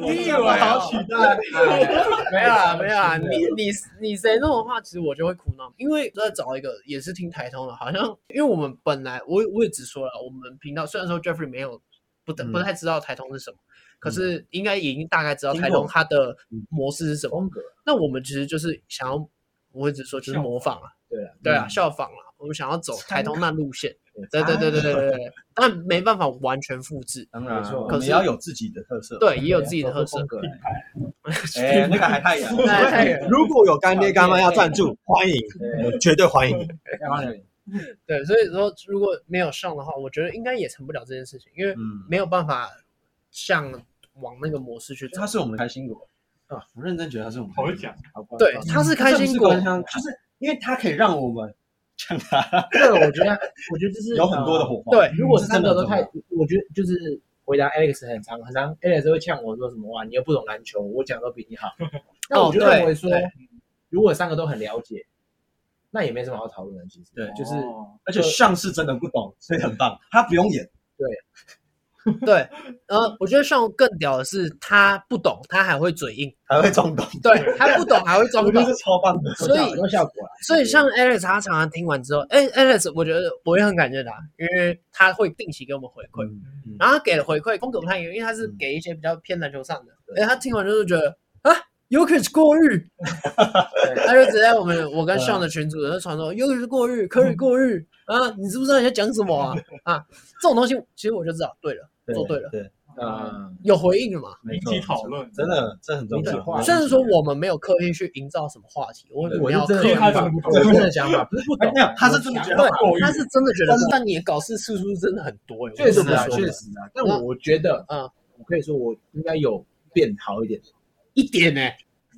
S1: 以为啊
S2: 好取代？
S1: 没有啦，没有啦，你你你谁弄的话，其实我就会苦恼，因为在找一个也是听台通的，好像因为我们本来我也我也只说了，我们频道虽然说 Jeffrey 没有不得
S2: 嗯
S1: 不太知道台通是什么，可是应该已经大概知道
S2: 听
S1: 台
S2: 过
S1: 通它的
S2: 嗯
S1: 模式是什么。
S3: 风格，
S1: 那我们其实就是想要，我只说就是模仿啊，
S3: 对了，
S1: 对啊，效仿啊，我们想要走台通那路线。对
S3: 对
S1: 对对对对对对，但没办法完全复制，
S2: 当然啊
S3: 没，错
S2: 我
S1: 可
S2: 们
S1: 是
S2: 也要有自己的特色。，
S1: 对，也
S3: 啊
S1: 有自己的特
S3: 风
S1: 色。
S3: 格。
S2: 哎，那个还太远了，
S1: 那太远了
S2: 如果有干爹干妈要赞助，欢迎，
S3: 对，
S2: 我绝对欢迎。
S3: 然后呢
S1: 对，所以说如果没有上的话，我觉得应该也成不了这件事情，因为
S2: 嗯，
S1: 没有办法向往那个模式去走
S2: 他。是我们的开心果啊，我认真觉得他是我们的
S4: 好
S2: 开
S4: 会
S2: 心果。
S4: 讲，
S3: 好吧
S1: 对，他是开心果
S2: 这不是，官腔就是因为他可以让我们像他
S3: 这个我觉得，我觉得就是
S2: 有很多的。火啊花。
S1: 对
S3: 呃如果
S2: 这真
S3: 三
S2: 的
S3: 个
S2: 很
S3: 都
S2: 重要
S3: 太，我觉得就是回答 Alex 很长很长，Alex 会呛我说什么哇，你又不懂篮球，我讲得都比你好。那我就
S1: 对
S3: 认为说
S1: 对，
S3: 如果三个都很了解，那也没什么好讨论的，其实。
S2: 对
S3: 就是
S4: 哦
S2: 而且像是真的不懂，所以很棒，他不用演。
S1: 对，呃，我觉得上更屌的是他不懂，他还会嘴硬，
S2: 还会中东，
S1: 对他不懂还会装
S2: 我觉
S1: 懂
S2: 得。是超棒的。
S1: 所以
S3: 有效果啦。
S1: 所以像 Alex 他常常听完之后，哎，Alex，我觉得我也很感谢他，因为他会定期给我们回馈，
S2: 嗯
S1: 然后他给的回馈风格不太一样，因为他是
S2: 嗯
S1: 给一些比较偏篮球上的，
S2: 对
S1: 哎，他听完之后就觉得啊 y o k i 过日，他就直接我们我跟
S2: 嗯
S1: 上的群主人就传说 y o k i 过日，科里过日啊，你知不知道你在讲什么啊？啊，这种东西其实我就知道，对了，做对了，
S2: 对，
S3: 嗯，
S1: 有回应了嘛。
S2: 没
S4: 一
S2: 错
S4: 起讨论，
S2: 真的这很重
S3: 一起
S2: 要。
S3: 画
S1: 虽然说我们没有刻意去营造什么话题，我
S2: 对
S1: 我
S3: 我
S1: 们
S3: 是
S1: 要
S3: 真
S1: 刻
S3: 的
S1: 意
S3: 有想法，我是真的想法，不是不
S2: 哎
S3: 懂
S2: 没有，他是真的觉得
S1: 对
S2: 很过，
S1: 他是真的觉得，但你的搞事次数真的很多耶，
S3: 确实
S1: 我不得
S3: 啊，
S1: 不说
S3: 确实啊。但我我觉得，
S1: 嗯
S3: 嗯，我可以说我应该有变好一点，
S1: 一点呢，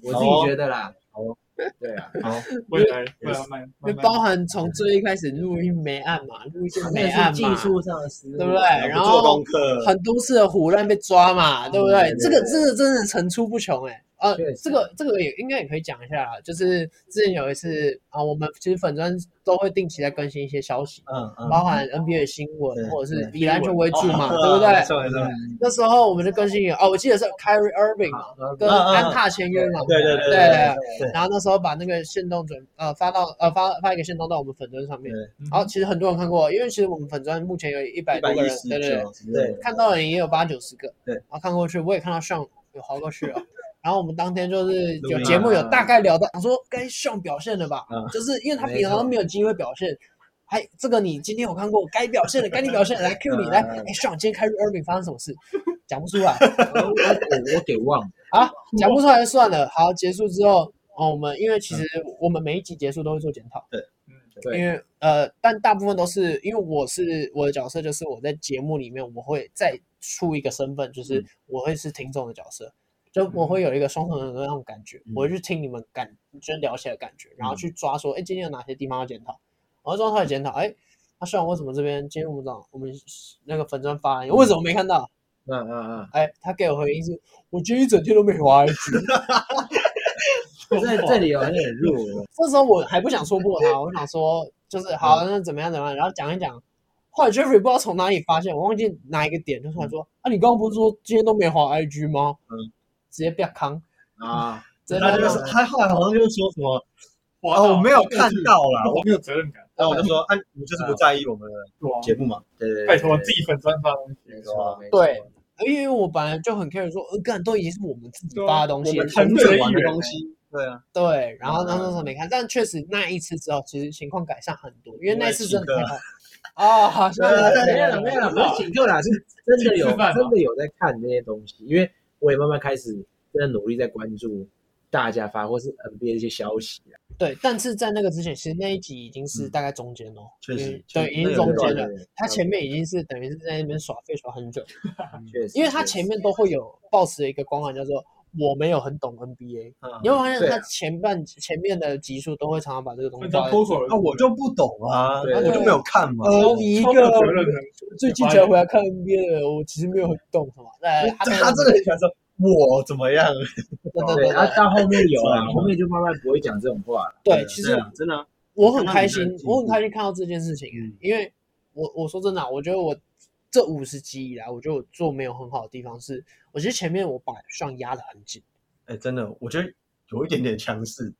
S3: 我自己觉得啦。哦，对 啊，
S2: 好，
S4: 未来未来慢
S1: 因为
S4: 慢慢
S1: 包含从最一开始录音没按嘛，录一些
S3: 那
S1: 没
S3: 是
S1: 按
S3: 技
S1: 嘛，
S3: 术上的失误，
S1: 对不对？然
S2: 做
S1: 后
S2: 功课，
S1: 很多次的胡乱被抓嘛，对不对
S3: 对？对
S1: 这个
S3: 对
S1: 这个真的层出不穷哎。呃
S3: 确，实
S1: 这个这个也应该也可以讲一下啦，就是之前有一次啊，我们其实粉专都会定期在更新一些消息，
S2: 嗯嗯，
S1: 包含 NBA 的新
S2: 对
S1: 闻或者是
S2: 对
S1: 以篮球为主嘛，
S2: 哦
S1: 对不
S2: 没
S1: 对？
S2: 错没错，
S1: 那时候我们就更新一个哦，我记得是 Kyrie Irving 嘛，跟
S2: 嗯嗯嗯
S1: 安踏签约嘛，
S2: 对对对
S1: 对
S2: 对
S1: 然后那时候把那个线动转呃发到呃发发一个线动到我们粉砖上面，
S4: 嗯
S1: 然后其实很多人看过，因为其实我们粉砖目前有一百
S2: 一百
S1: 多个
S2: 一
S1: 人，
S2: 十
S1: 对对对，
S2: 九，对，
S1: 看到的人也有八九十个，
S2: 对
S1: 然后看过去我也看到上有划过去了，然后我们当天就是
S2: 录
S1: 有
S2: 音
S1: 节目有
S3: 啊
S1: 大概聊到，想说该上表现了吧，
S2: 嗯
S1: 就是因为他
S3: 没
S1: 平常都
S3: 错
S1: 没有机会表现。还这个你今天有看过，该表现的该你表现的来 Q 你来，
S3: 嗯
S1: 哎，上今天开 Irving 发生什么事？讲不出来，
S3: 我我我给忘了，
S1: 啊，讲不出来就算了。好，结束之后，哦，我们因为其实
S3: 嗯
S1: 我们每一集结束都会做检讨，
S4: 嗯
S3: 对
S1: 因为呃，但大部分都是因为我是我的角色，就是我在节目里面我会再出一个身份，就是我会是听众的角色，就我会有一个双重的那种感觉，我会去听你们感，就是聊起来的感觉，然后去抓说，哎，今天有哪些地方要检讨，然后抓出来检讨，哎。那虽然为什么这边今天我们讲我们那个粉砖发言，为什么没看到？
S3: 嗯嗯嗯。
S1: 哎，他给我回应是，我今天一整天都没滑 IG。
S3: 在这里有哦很很弱，
S1: 这时候我还不想戳破他，我想说就是
S2: 嗯
S1: 好，那怎么样怎么样，然后讲一讲。后来 Jeffrey 不知道从哪里发现，我忘记哪一个点，就突然说：“啊，你刚刚不是说今天都没滑 IG 吗？”
S2: 嗯，
S1: 直接不要康，
S3: 啊，
S1: 直接
S2: 他
S1: 被
S2: 就
S1: 坑
S2: 是他后来好像就是说什么，
S4: 哇
S2: 哦，我没有看到啦，
S4: 我
S2: 我
S4: 没有责任感，
S2: 然后我就说，啊，你就是不在意我们的
S4: 对啊
S2: 节目嘛？
S3: 对对，
S4: 拜托自己粉专发东西，
S3: 没错，没错，
S1: 啊对，因为我本来就很 care 说，呃，干都已经是我们自己发的欸东
S2: 啊我
S1: 西了，
S2: 们同整完的东西，对啊，
S1: 对。然后那时候没看，但确实那一次之后，其实情况改善很多，因为那一次真的太好。哦， 好像
S3: 没有了，没有了，不是请客啦，是真的有，真的有在看这些东西，因为我也慢慢开始真的努力在关注大家发或是 NBA 的一些消息啊，
S1: 对，但是在那个之前，其实那一集已经是
S2: 嗯
S1: 大概中间哦，
S2: 确实
S1: 嗯
S2: 确实
S1: 对，已经
S2: 那
S1: 中
S2: 有
S1: 间了
S2: 点乱了。
S1: 他前面已经是等于是在那边耍废耍很久，
S2: 确
S1: 因为他前面都会有抱持一个光环，叫做我没有很懂 NBA。你会发现
S2: 对
S1: 他
S2: 啊
S1: 前半前面的集数都会常常把这个东西
S4: 你知
S1: 放
S4: 道
S1: 在。
S4: 脱口而
S2: 那
S4: 出
S2: 我就不懂啊，
S3: 对
S2: 我就没有看嘛。
S1: 呃，你一
S4: 超没有责
S1: 个
S4: 任的，
S1: 最近才回来看 NBA 的人，我其实没有很懂什么。对，
S2: 他他真的很喜欢说我怎么样？
S1: 对
S3: 对，
S1: 对
S3: 啊，到后面有
S2: 是
S3: 啊，
S2: 啊
S3: 后面就慢慢不会讲这种话了。
S1: 对，其实
S2: 对啊真的啊，
S1: 我很开心
S2: 看到你，在进步嗯
S1: 我很开心看到这件事情，因为我我说真的啊、我觉得我这五十集以来，我觉得我做没有很好的地方是，我觉得前面我把上压得很紧。
S2: 哎，真的，我觉得有一点点强势，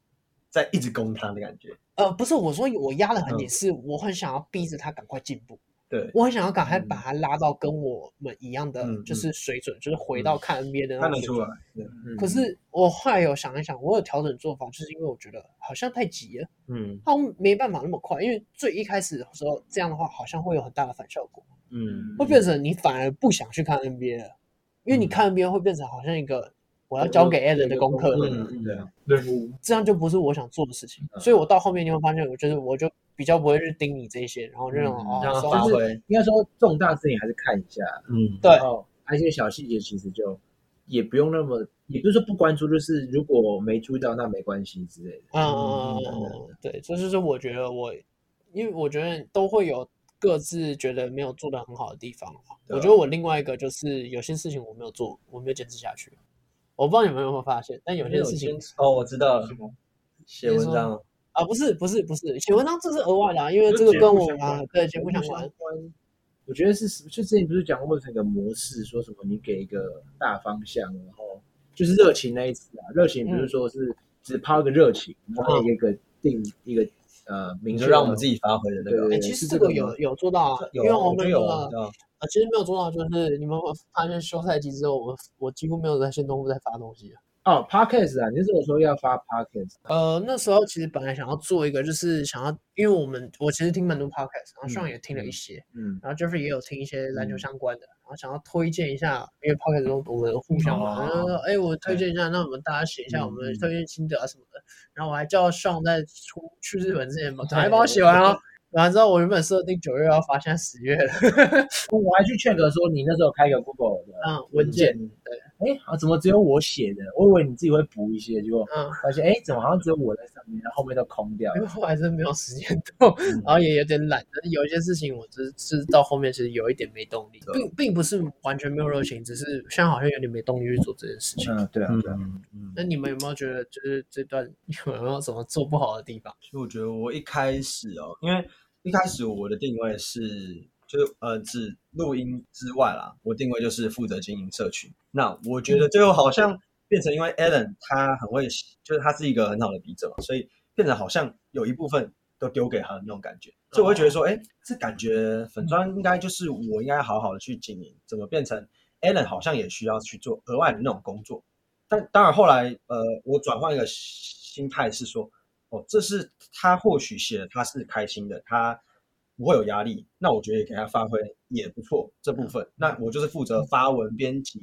S2: 在一直攻他的感觉。
S1: 呃，不是我说我压得很紧，
S2: 嗯
S1: 是我很想要逼着他赶快进步，
S2: 对，
S1: 我很想要赶快
S2: 嗯
S1: 把他拉到跟我们一样的
S2: 嗯
S1: 就是水准，就是回到看 NBA 的那
S2: 看
S1: 种水
S2: 得出
S1: 准。
S2: 来。对
S3: 嗯
S1: 可是我后来有想一想，我有调整做法，就是因为我觉得好像太急了，
S2: 嗯
S1: 好像没办法那么快，因为最一开始的时候这样的话，好像会有很大的反效果。
S2: 嗯，
S1: 会变成你反而不想去看 NBA 了，因为你
S2: 嗯
S1: 看 NBA 会变成好像一个我要交给 Allen 的功课，
S2: 嗯嗯对啊，
S4: 任务，
S1: 这样就不是我想做的事情。
S3: 嗯
S1: 所以我到后面你会发现，我就是我就比较不会去盯你这些，然后就那种
S3: 嗯
S1: 哦，
S2: 让他
S1: 说
S2: 发
S1: 就是
S2: 挥。
S3: 应该说重大事情还是看一下，
S2: 嗯，
S1: 对
S3: 然后那些小细节其实就也不用那么，也不是说不关注，就是如果没注意到那没关系之类的。
S1: 嗯嗯嗯嗯
S3: 嗯
S1: 嗯，对，这就是我觉得我，因为我觉得都会有各自觉得没有做的很好的地方啊。
S2: 对啊
S1: 我觉得我另外一个就是有些事情我没有做，我没有坚持下去。我不知道你们有没有发现，但有些事情
S2: 哦，我知道了
S4: 什，么
S2: 写文章。
S1: 啊，不是不是不是，写文章这是额外的、啊，因为
S4: 跟
S1: 这个
S4: 节
S1: 跟
S4: 目
S1: 我
S4: 相
S1: 们啊
S4: 关
S1: 对节目相
S3: 相
S1: 关。哎
S3: 关。我觉得是，就之前不是讲过那个模式，说什么你给一个大方向，然后就是热情那一次啊，热情不是说是只抛一个热情，然后一个定一个呃明
S2: 你
S3: 确
S2: 就
S3: 的，
S2: 让我们自己发挥的那
S3: 对
S2: 个，
S1: 哎，
S3: 对
S1: 其
S3: 是
S1: 实这
S3: 这
S1: 个
S3: 个吗
S1: 有有做到啊，因为
S2: 有啊
S1: 我
S2: 我
S1: 们
S2: 就
S1: 那
S2: 有
S1: 个
S2: 我知道
S1: 啊，其实没有做到，就是你们有没有发现休赛季之后，我我几乎没有在新东部在发东西了。
S3: 哦，podcast 啊，你是我说要发 podcast，
S1: 呃，那时候其实本来想要做一个，就是想要，因为我们我其实听蛮多 podcast，然后
S2: 嗯
S1: 上也听了一
S2: 嗯
S1: 些，
S3: 嗯，
S1: 然后 Jeffrey 也有听一些篮球相关的，然后想要推荐一下，因为 podcast 中我们互相嘛，然后说，哎，我推荐一下，那我们大家写一下我们的
S2: 哦嗯嗯
S1: 推荐心得啊什么的。然后我还叫上在出去日本之 前，赶快帮我写完哦。完了之后，我原本设定九月要发，现在十月了。
S3: 我还去 check 说你那时候开个 Google 的，
S1: 嗯，文件，
S2: 嗯
S3: 哎、啊，怎么只有我写的？我以为你自己会补一些，结果
S1: 嗯，
S3: 发现哎、怎么好像只有我在上面，然后后面都空掉
S1: 因
S3: 了
S1: 为。后来真的没有时间动，然后也有点懒，但是有一些事情我只是到后面其实有一点没动力，并并不是完全没有热情，只是现在好像有点没动力去做这件事情。
S3: 嗯，对啊，对啊，
S2: 嗯嗯
S1: 那你们有没有觉得就是这段有没有什么做不好的地方？
S2: 其实我觉得我一开始哦，因为一开始我的定位是，就是呃，只录音之外啦，我定位就是负责经营社群。那我觉得最后好像变成，因为 Alan 他很会写，就是他是一个很好的笔者嘛，所以变成好像有一部分都丢给他的那种感觉。所以我会觉得说，哎，这感觉粉砖应该就是我应该好好的去经营，怎么变成 Alan 好像也需要去做额外的那种工作？但当然后来，呃，我转换一个心态是说，哦，这是他或许写的他是开心的，他不会有压力，那我觉得给他发挥也不错这部分。那我就是负责发文编辑，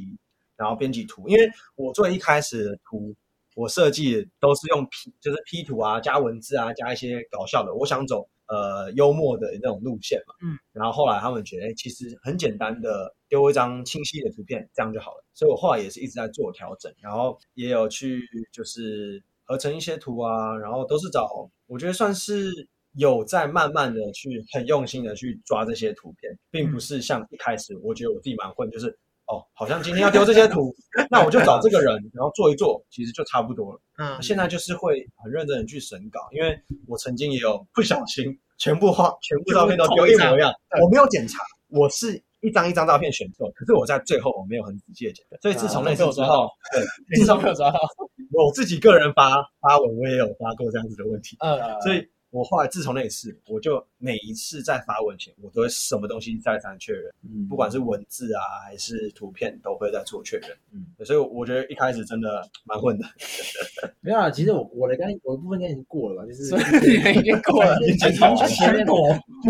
S2: 然后编辑图，因为我最一开始的图我设计的都是用 P 就是 P 图啊，加文字啊，加一些搞笑的，我想走呃幽默的那种路线嘛。
S1: 嗯，
S2: 然后后来他们觉得，哎，其实很简单的丢一张清晰的图片，这样就好了。所以我后来也是一直在做调整，然后也有去就是合成一些图啊，然后都是找我觉得算是有在慢慢的去很用心的去抓这些图片，并不是像一开始我觉得我自己蛮混，就是哦，好像今天要丢这些图，那我就找这个人，然后做一做，其实就差不多了。
S1: 嗯，
S2: 现在就是会很认真的去审稿，因为我曾经也有不小心全部画、全部照片都丢一模一样，我没有检查，我是一张一张照片选错，可是我在最后我没有很仔细的检查，所以自
S1: 啊
S2: 从那次之后，对，自
S1: 至少
S2: 从
S1: 没有抓到。
S2: 我自己个人发发文，我也有发过这样子的问题，
S1: 嗯，
S2: 所以我后来自从那一次，我就每一次在发文前，我都会什么东西再三确认。
S3: 嗯
S2: 不管是文字啊还是图片，都会在做确认。
S3: 嗯
S2: 嗯，所以我觉得一开始真的蛮混的。
S3: 没有啊，其实我我的刚我的部分应该已经过了吧，就 是
S1: 所以你们已经过了，
S2: 已经检讨完了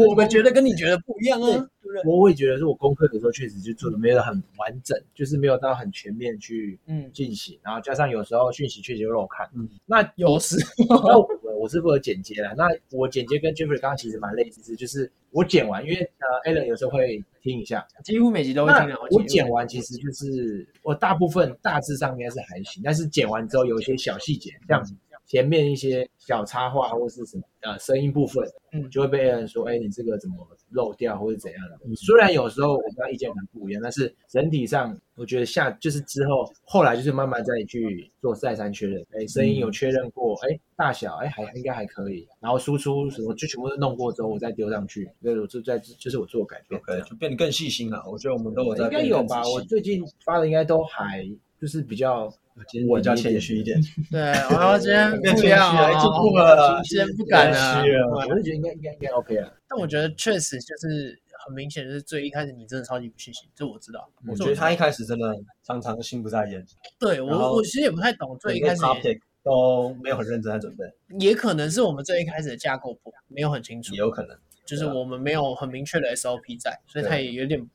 S1: 我们觉得跟你觉得不一样啊。
S3: 对
S1: 人，
S3: 我会觉得说我功课有时候确实就做的没有很完整，就是没有到很全面去
S1: 嗯，
S3: 进行，然后加上有时候讯息确实又漏看。
S2: 嗯
S3: 那
S1: 有时
S3: 那我我是负责剪接的，那我剪接跟 Jeffrey 刚刚其实蛮类似，就是我剪完，因为呃 Alan 有时候会听一下，
S1: 几乎每集都会听
S3: 那
S1: 两集。
S3: 我剪完其实就是我大部分大致上应该是还行，但是剪完之后有一些小细节，像前面一些小插画或是什么呃声音部分，
S1: 嗯
S3: 就会被 Alan 说，哎，你这个怎么漏掉或者怎样的。
S2: 嗯
S3: 虽然有时候我跟他意见可能不一样，但是整体上我觉得下就是之后后来就是慢慢再去做再三确认，哎，声音有确认过，哎，大小哎还应该还可以，然后输出什么就全部都弄过之后，我再丢上去，对，我就在就是我做改变。这
S2: ，OK，
S3: 样
S2: 就变得更细心了。啊我觉得我们都有在
S3: 应该
S2: 变
S3: 有
S2: 更
S3: 吧？
S2: 仔细
S3: 我最近发的应该都还就是比较
S2: 今天比较谦虚一 点，
S1: 对，然后今 天
S2: 更
S1: 不一
S2: 谦虚
S1: 样
S2: 了，
S1: 啊
S2: 进步了。
S1: 今天不敢了
S2: 谦虚。啊了
S1: 不敢
S3: 我是觉得应该应该应该 OK 啊了。
S1: 但我觉得确实就是很明显，就是最一开始你真的超级不细心，这嗯我知道。
S2: 我觉得他一开始真的常常心不在焉，
S1: 对
S2: 然后
S1: 我我其实也不太懂，最一
S2: 每个
S1: 开始
S2: topic 都没有很认真在准备，
S1: 也可能是我们最一开始的架构不没有很清楚
S2: 也，有可能。
S1: 就是我们没有很明确的 SOP 在，所以
S2: 对
S1: 他也有点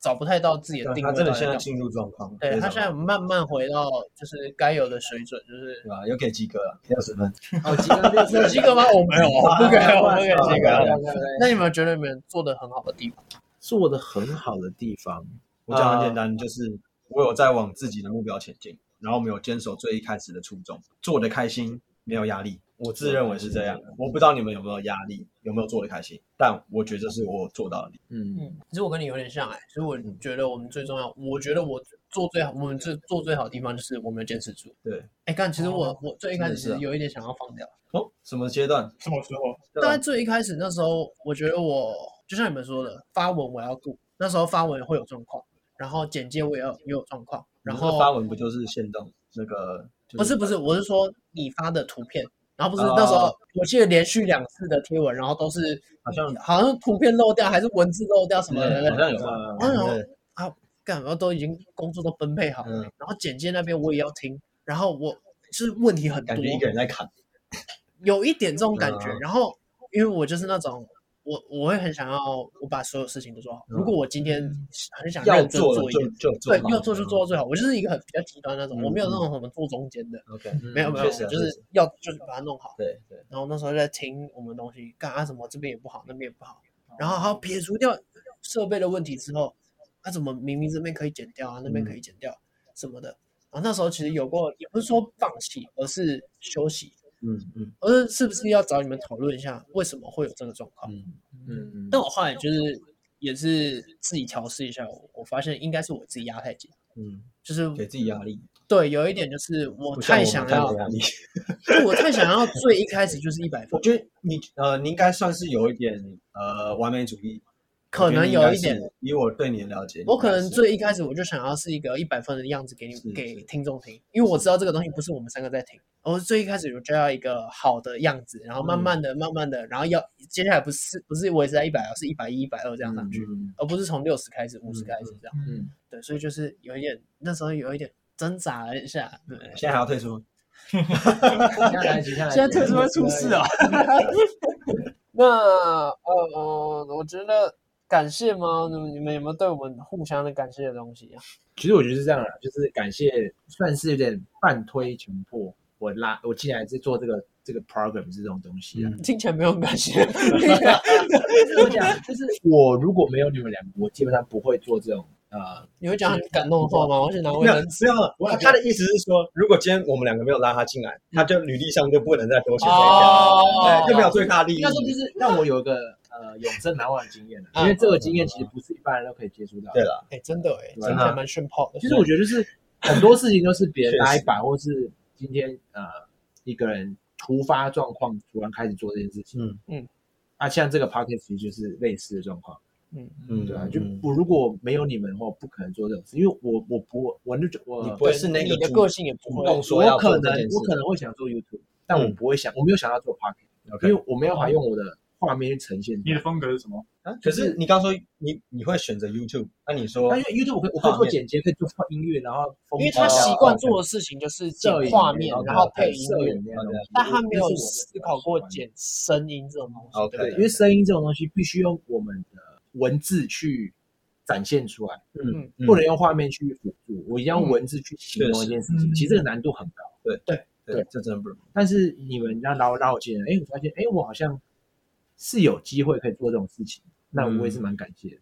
S1: 找不太到自己的定
S2: 啊他
S1: 位
S2: 真
S1: 到
S2: 的
S1: 底
S2: 现
S1: 干
S2: 在
S1: 嘛。
S2: 进入状况，
S1: 对
S2: 非
S1: 他
S2: 常
S1: 现在
S2: 好
S1: 慢慢回到就是该有的水准，就是
S2: 对吧？有给及格了，六十分。
S3: 哦，几个六
S1: 有 及格吗？我没有，我不给，我不给及
S2: 啊
S1: 格。
S3: 那
S1: 那你们觉得你们做的很好的地方？
S3: 做的很好的地方，
S2: 我讲很简单，就是我有在往自己的目标前进，然后没有坚守最一开始的初衷，做的开心，没有压力。我自认为是这样，我不知道你们有没有压力，有没有做的开心，但我觉得这是我做到的。
S3: 嗯，
S1: 嗯，其实我跟你有点像哎、其实我
S2: 嗯
S1: 觉得我们最重要，我觉得我做最好，我们最做最好的地方就是我们有坚持住。
S2: 对，
S1: 哎，干，其实我、我最一开始
S2: 哦是
S1: 其
S2: 啊
S1: 实有一点想要放掉，
S2: 哦，什么阶段？
S4: 什么时候？
S1: 大概最一开始那时候，我觉得我就像你们说的，发文我要顾，那时候发文会有状况，然后简介我也有也有状况，然
S2: 你说发
S1: 后
S2: 文不就是限动那个？就
S1: 不是不是，我是说你发的图片，然后不是那时候、
S2: 哦
S1: 我记得连续两次的贴文，然后都是
S2: 好像
S1: 好像图片漏掉还是文字漏掉什么的，
S2: 嗯对好像有吧？
S3: 呃
S1: 哎呦
S2: 对
S1: 干，然后都已经工作都分配好了，
S2: 嗯，
S1: 然后简介那边我也要听，然后我就是问题很多
S2: 感，觉一个人在砍。
S1: 有一点这种感觉。
S2: 嗯
S1: 然后因为我就是那种。我我会很想要，我把所有事情都做好。如果我今天很想
S2: 嗯要
S1: 认真
S2: 做
S1: 做
S2: 的
S1: 一
S2: 就
S1: 件，
S2: 就做
S1: 对
S2: 好，，
S1: 要做就做到最好。我就是一个很比较极端那种，
S2: 嗯
S1: 我没有那种什么做中间的，
S2: 嗯。OK，
S1: 没有没有，
S2: 确实啊
S1: 就
S2: 确
S1: 是
S2: 实
S1: 要就是把它弄好。
S2: 对对，
S1: 然后那时候就在听我们东西，干啊什么这边也不好，那边也不好，然后还要撇除掉设备的问题之后，啊怎么明明这边可以剪掉啊，那边
S2: 嗯
S1: 可以剪掉什么的。然后那时候其实有过，也不是说放弃，而是休息，
S2: 嗯嗯
S1: 而呃是是不是要找你们讨论一下为什么会有这个状况？
S2: 嗯，
S3: 嗯，
S1: 但我后来就是也是自己调试一下，我我发现应该是我自己压太紧，
S2: 嗯，
S1: 就是
S2: 给自己压力，
S1: 对，有一点就是我
S2: 不像
S1: 太
S2: 我们
S1: 想
S2: 太
S1: 要
S2: 有，压力。
S1: 就我太想要最一开始就是一百分
S2: 我，觉得你呃，你应该算是有一点呃完美主义，
S1: 可能有一点。。
S2: 以我对你的了解，
S1: 我可能
S2: 你应该是
S1: 最一开始我就想要是一个一百分的样子给你
S2: 是
S1: 给
S2: 是
S1: 听众听，因为我知道这个东西不是我们三个在听，我最一开始我就要一个好的样子，然后
S2: 嗯
S1: 慢慢的、慢慢的，然后要接下来不是不是维持在一百，而是一百一、一百二这样上去，
S2: 嗯
S1: 而不是从六十开始、五十
S2: 嗯
S1: 开始这样。
S3: 嗯，
S1: 对，所以就是有一点那时候有一点挣扎了一下，对。
S2: 现在还要退出，
S3: 现在来，现在来
S1: 现在退出会出事啊！ 那呃呃，我觉得感谢吗？你们你们有没有对我们互相的感谢的东西啊？
S3: 其实我觉得是这样啦，就是感谢，算是有点半推强迫我拉我进来是做这个这个 program 这种东西啊。
S1: 听起来没有很感谢，
S3: 怎么讲？就是我如果没有你们两个，我基本上不会做这种呃，
S1: 你会讲很感动的话吗？我想拿
S2: 没
S1: 卫
S2: 有
S1: 生纸。
S2: 没有，他的意思是说，如果今天我们两个没有拉他进
S3: 嗯
S2: 来，他就履历上就不能再多写这一条，
S1: 哦
S2: 对，就没有最大利益
S3: 应该。说就是让我有一个呃永生难忘的经验啊
S1: 嗯
S3: 因为这个经验其实不是一般人都可以接触到的。
S2: 对了，
S1: 哎，真的哎，
S3: 对
S1: 听起来蛮炫炮的。
S3: 其实我觉得就是很多事情都是别人
S2: 确实
S3: 拉一把，或是今天呃一个人突发状况突然开始做这件事情。
S2: 嗯
S1: 嗯，
S3: 啊，像这个 p o c k e t 其实就是类似的状况，
S1: 嗯，
S2: 嗯，
S3: 对啊，就我如果没有你们的话，我不可能做这种事，因为我我不我那就我
S2: 你不会是那
S1: 你
S2: 个
S1: 的
S2: 主嗯
S1: 个性也不
S2: 主
S1: 会
S2: 动，说
S3: 我
S2: 要
S3: 可
S2: 做
S3: 能
S2: 这件事
S3: 我可能会想做 YouTube，但我
S2: 嗯
S3: 不会想，我没有想要做 p o c k e t
S2: ，OK 哦
S3: 因为我没有办法用我的画面去呈现。
S4: 你的风格是什么？
S2: 啊可是你刚说你你会选择 YouTube，那你说
S3: 那因为 YouTube 我可以我可以做剪接，可以做音乐，然后风
S1: 因为
S3: 景
S1: 他
S3: 啊
S1: 习惯做的事情就是剪
S3: 摄影啊
S1: 画面，然后配音
S3: 摄
S1: 乐，
S3: 影那样的东西
S1: 但他没有
S3: 这是我
S1: 思考过剪声音这种东西，
S2: OK
S1: 对不
S3: 对，
S1: 对？
S3: 因为声音这种东西必须用我们的文字去展现出来，
S2: 嗯，嗯
S3: 不能用画面去辅助，我一定要用
S1: 嗯
S3: 文字去形容一件事情。
S4: 嗯
S3: 其实这个难度很高，
S2: 对，这真的不容易。
S3: 但是你们让让我让我进来，哎，我发现，哎，我好像是有机会可以做这种事情，那我也是蛮感谢的。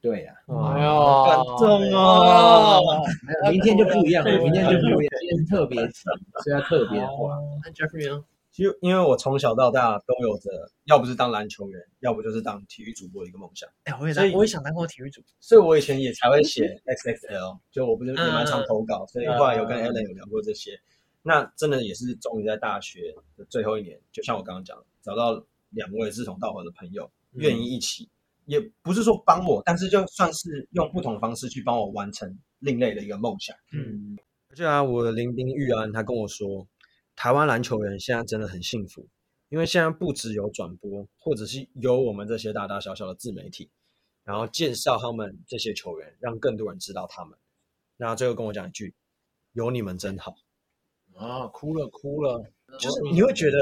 S3: 对呀、
S1: 哎
S2: 哇，
S1: 呦，
S2: 感动
S1: 哦
S2: 哦！
S3: 没有明天就不一样
S1: 对
S3: 了，明天就不一样，今天是特别集，所以要特别画。
S1: 那 Jeffrey 呢？
S2: 其实因为我从小到大都有着，要不是当篮球员，要不就是当体育主播的一个梦想，
S1: 哎，我也
S2: 所
S1: 当
S2: 以，
S1: 我也想当过体育组。
S2: 所以我以前也才会写 XXL，就我不是也蛮常投稿，所以后来有跟
S3: 嗯
S2: Alan 有聊过这些。那真的也是终于在大学的最后一年，就像我刚刚讲的，找到两位志同道合的朋友，愿意一起，也不是说帮我，但是就算是用不同方式去帮我完成另类的一个梦想。
S3: 嗯，
S2: 而且啊，我的林丁玉安他跟我说，台湾篮球人现在真的很幸福，因为现在不只有转播，或者是有我们这些大大小小的自媒体，然后介绍他们这些球员，让更多人知道他们。那最后跟我讲一句，有你们真好，
S3: 啊，哭了哭了，
S2: 就是你会觉得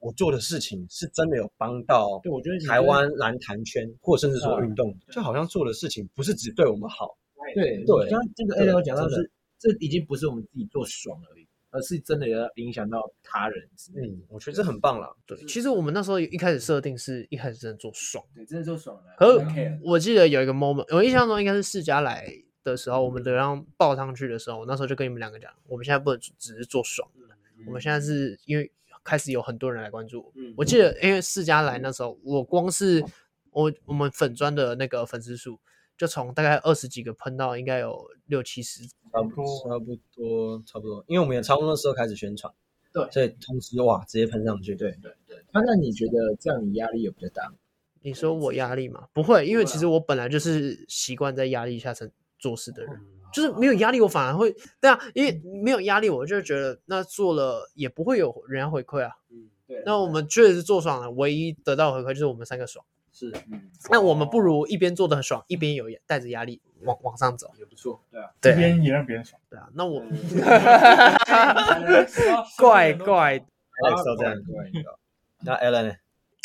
S2: 我做的事情是真的有帮到
S3: 对我觉得你
S2: 台湾篮坛圈，或甚至说运动，就好像做的事情不是只对我们好，
S3: 对
S2: 对
S3: 刚刚这个
S2: 对
S3: A 我讲到
S2: 真
S3: 是，这已经不是我们自己做爽而已，而是真的要影响到他人之类的。
S2: 嗯，我觉得这很棒啦。
S1: 对，其实我们那时候一开始设定是一开始真的做爽。
S5: 对，真的就爽了。
S1: 可是
S5: care，
S1: 我记得有一个 moment，我印象中应该是世家来的时候，我们流量报上去的时候，我那时候就跟你们两个讲，我们现在不能只是做爽的，我们现在是因为开始有很多人来关注我。我记得因为世家来那时候，我光是我我们粉砖的那个粉丝数，就从大概二十几个喷到应该有六七十。
S2: 差不多，差不多，差不多，因为我们也差不多那时候开始宣传，
S1: 对
S2: 所以同时哇，直接喷上去，对，
S3: 那那你觉得这样你压力有比较大吗？
S1: 你说我压力吗？不会，因为
S5: 不会
S1: 其实我本来就是习惯在压力下才做事
S5: 哦
S1: 的人。
S5: 嗯
S1: 就是没有压力，我反而会对啊，因为没有压力，我就觉得那做了也不会有人家回馈啊。
S5: 嗯对，
S1: 那我们确实是做爽了，唯一得到的回馈就是我们三个爽。
S5: 是，嗯，
S1: 那我们不如一边做的很爽，一边有带着压力往往上走。
S5: 也不错，对啊，
S4: 这
S1: 对啊
S4: 边也让别人爽。
S1: 对啊，那我
S5: 嗯
S1: 怪
S5: 怪
S1: 怪，
S2: Alex 都这样，那 Alan 呢？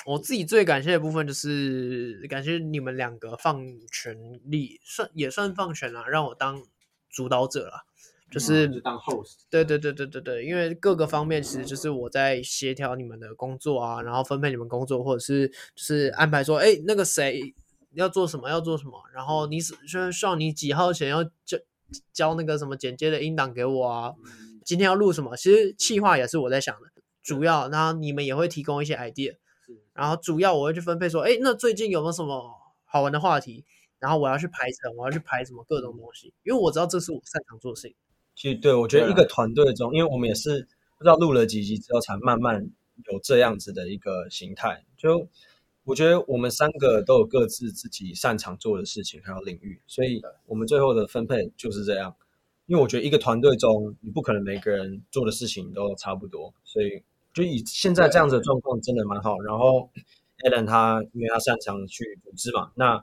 S1: 我自己最感谢的部分就是感谢你们两个放权力，算也算放权了，让我当主导者了，就是
S5: 当 host，
S1: 对对对对对对，因为各个方面其实就是我在协调你们的工作啊，然后分配你们工作，或者是就是安排说，哎，那个谁要做什么要做什么，然后你是需要你几号前要交交那个什么剪接的音档给我啊，今天要录什么，其实企划也是我在想的，主要，然后你们也会提供一些 idea，然后主要我会去分配说，哎，那最近有没有什么好玩的话题，然后我要去排程，我要去排什么各种东西，因为我知道这是我擅长做的事情。
S2: 其实对我觉得
S3: 对
S2: 一
S3: 啊
S2: 个团队中，因为我们也是不知道录了几集之后，才慢慢有这样子的一个形态。就我觉得我们三个都有各自自己擅长做的事情还有领域，所以我们最后的分配就是这样。因为我觉得一个团队中，你不可能每个人做的事情都差不多，所以就以现在这样子的状况真的蛮好。然后 Alan 他因为他擅长去组织嘛，那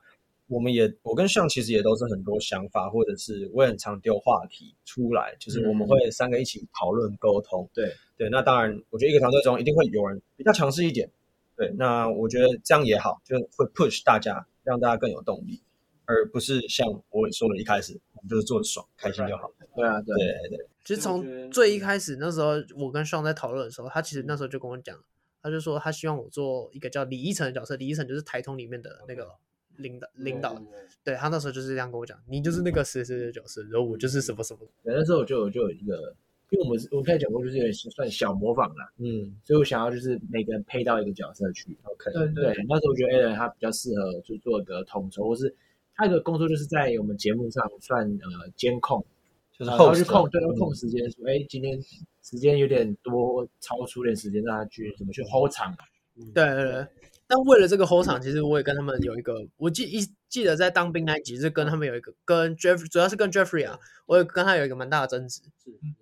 S2: 我们也，我跟向其实也都是很多想法，或者是我也很常丢话题出来，就是我们会三个一起讨论沟通。
S3: 嗯对
S2: 对，那当然，我觉得一个团队中一定会有人比较强势一点。对，那我觉得这样也好，就会 push 大家，让大家更有动力，而不是像我说的一开始，我们就是做的爽，开心就好。
S3: 对啊，对
S2: 对
S3: 啊，
S2: 对对，
S1: 其实
S5: 所以我觉
S1: 从
S5: 得
S1: 最一开始那时候，我跟双在讨论的时候，他其实那时候就跟我讲，他就说他希望我做一个叫李依晨的角色，李依晨就是台通里面的那个领导领导，对他那时候就是这样跟我讲，你就是那个谁谁谁的角色，然后我就是什么什么，
S3: 对那时候我就我就有一个，因为我们是我刚才讲过，就是有点算小模仿啦，
S2: 嗯
S3: 所以我想要就是每个人配到一个角色去。
S2: ，OK，
S1: 对
S3: 对，那时候我觉得 Alan 他比较适合就做个统筹，或是他的工作就是在我们节目上算呃监控，
S2: 就是啊嗯
S3: 然后
S2: 后
S3: 去控，对，要控时间，说哎今天时间有点多，超出点时间，让他去怎么去 hold 场。啊
S1: 对对对。但为了这个后场，其实我也跟他们有一个，我记一记得在当兵那一集是跟他们有一个跟 Jeff，主要是跟 Jeffrey 啊，我有跟他有一个蛮大的争执，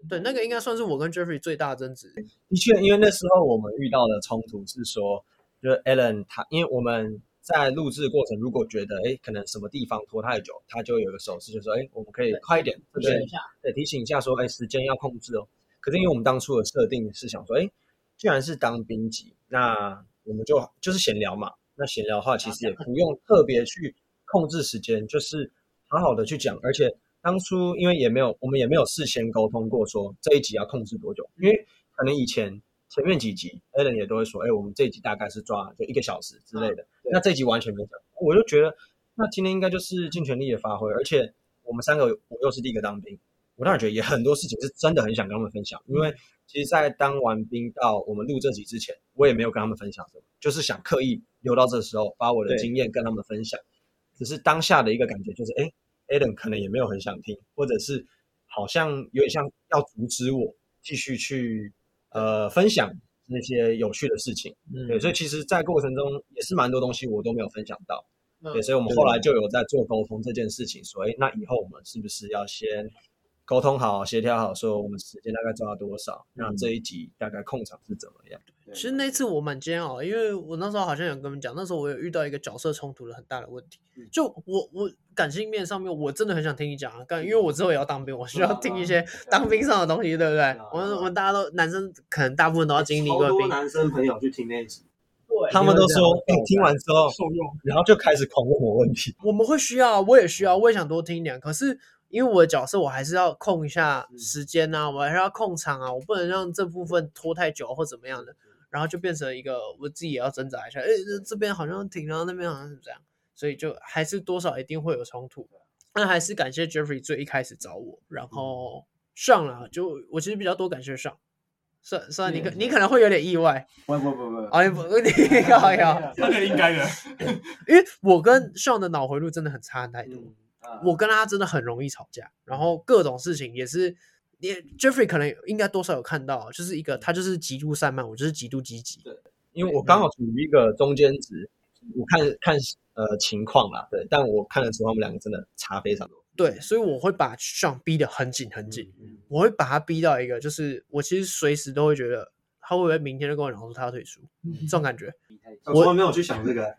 S1: 对，那个应该算是我跟 Jeffrey 最大的争执，
S2: 的确，因为那时候我们遇到的冲突是说，就是 Alan 他，因为我们在录制过程，如果觉得哎，诶可能什么地方拖太久，他就会有一个手势，就说哎，诶我们可以快一点，这边
S3: 下，
S2: 对提醒一下说，哎，时间要控制哦。可是因为我们当初的设定是想说，哎，既然是当兵级，那我们就就是闲聊嘛。那闲聊的话，其实也不用特别去控制时间，就是好好的去讲。而且当初因为也没有我们也没有事先沟通过说这一集要控制多久，因为可能以前前面几集 a l a n 也都会说，哎，我们这一集大概是抓就一个小时之类的。那这一集完全没讲，我就觉得那今天应该就是尽全力的发挥。而且我们三个，我又是第一个当兵，我当然觉得也很多事情是真的很想跟他们分享，因为。其实，在当完兵到我们录这集之前，我也没有跟他们分享什么，就是想刻意留到这时候，把我的经验跟他们分享。只是当下的一个感觉就是，哎 a d e n 可能也没有很想听，或者是好像有点像要阻止我继续去呃分享那些有趣的事情。
S3: 嗯
S2: 对，所以其实，在过程中也是蛮多东西我都没有分享到。
S1: 嗯
S2: 对，所以我们后来就有在做沟通这件事情，所以哎那以后我们是不是要先沟通好、协调好，说我们时间大概抓到多少，那这一集大概控场是怎么样？
S1: 其实那次我蛮煎熬的，因为我那时候好像有跟你们讲，那时候我有遇到一个角色冲突的很大的问题。
S2: 嗯
S1: 就我我感性面上面，我真的很想听你讲啊，干，因为
S2: 嗯
S1: 我之后也要当兵，我需要听一些当兵上的东西，对不对
S2: 啊？
S1: 我们我们大家都男生，可能大部分都要经历
S2: 好
S1: 过
S2: 多
S1: 兵，
S2: 男生朋友去听那一集，
S5: 对
S2: 他们都说
S3: 对
S2: 哎、听完之后，
S4: 哦受用。
S2: 然后就开始狂问我问题。
S1: 我们会需要，我也需要，我也想多听一点。可是因为我的角色，我还是要控一下
S5: 嗯
S1: 时间啊，我还是要控场啊，我不能让这部分拖太久或怎么样的，然后就变成一个我自己也要挣扎一下，哎，这这边好像停，然后那边好像是这样，所以就还是多少一定会有冲突。那还是感谢 Jeffrey 最一开始找我，然
S5: 嗯
S1: 后上了就我其实比较多感谢上。算算你可你可能会有点意外
S5: 不不不不，
S1: 啊，你不你 搞笑，
S4: 那个应该的，
S1: 因为我跟 Sean 的脑回路真的很差太多，
S5: 嗯啊
S1: 我跟他真的很容易吵架，然后各种事情也是，你 Jeffrey 可能应该多少有看到，就是一个他就是极度散漫，我就是极度积极。
S2: 因为我
S1: 嗯
S2: 刚好处于一个中间值，我看看呃情况啦，对，但我看的时候他们两个真的差非常多。
S1: 对，所以我会把 Sean 逼得很紧很紧，
S5: 嗯
S1: 我会把他逼到一个，就是我其实随时都会觉得他会不会明天就跟我讲说他要退出， 这种感觉。
S2: 我从来没有去想这个，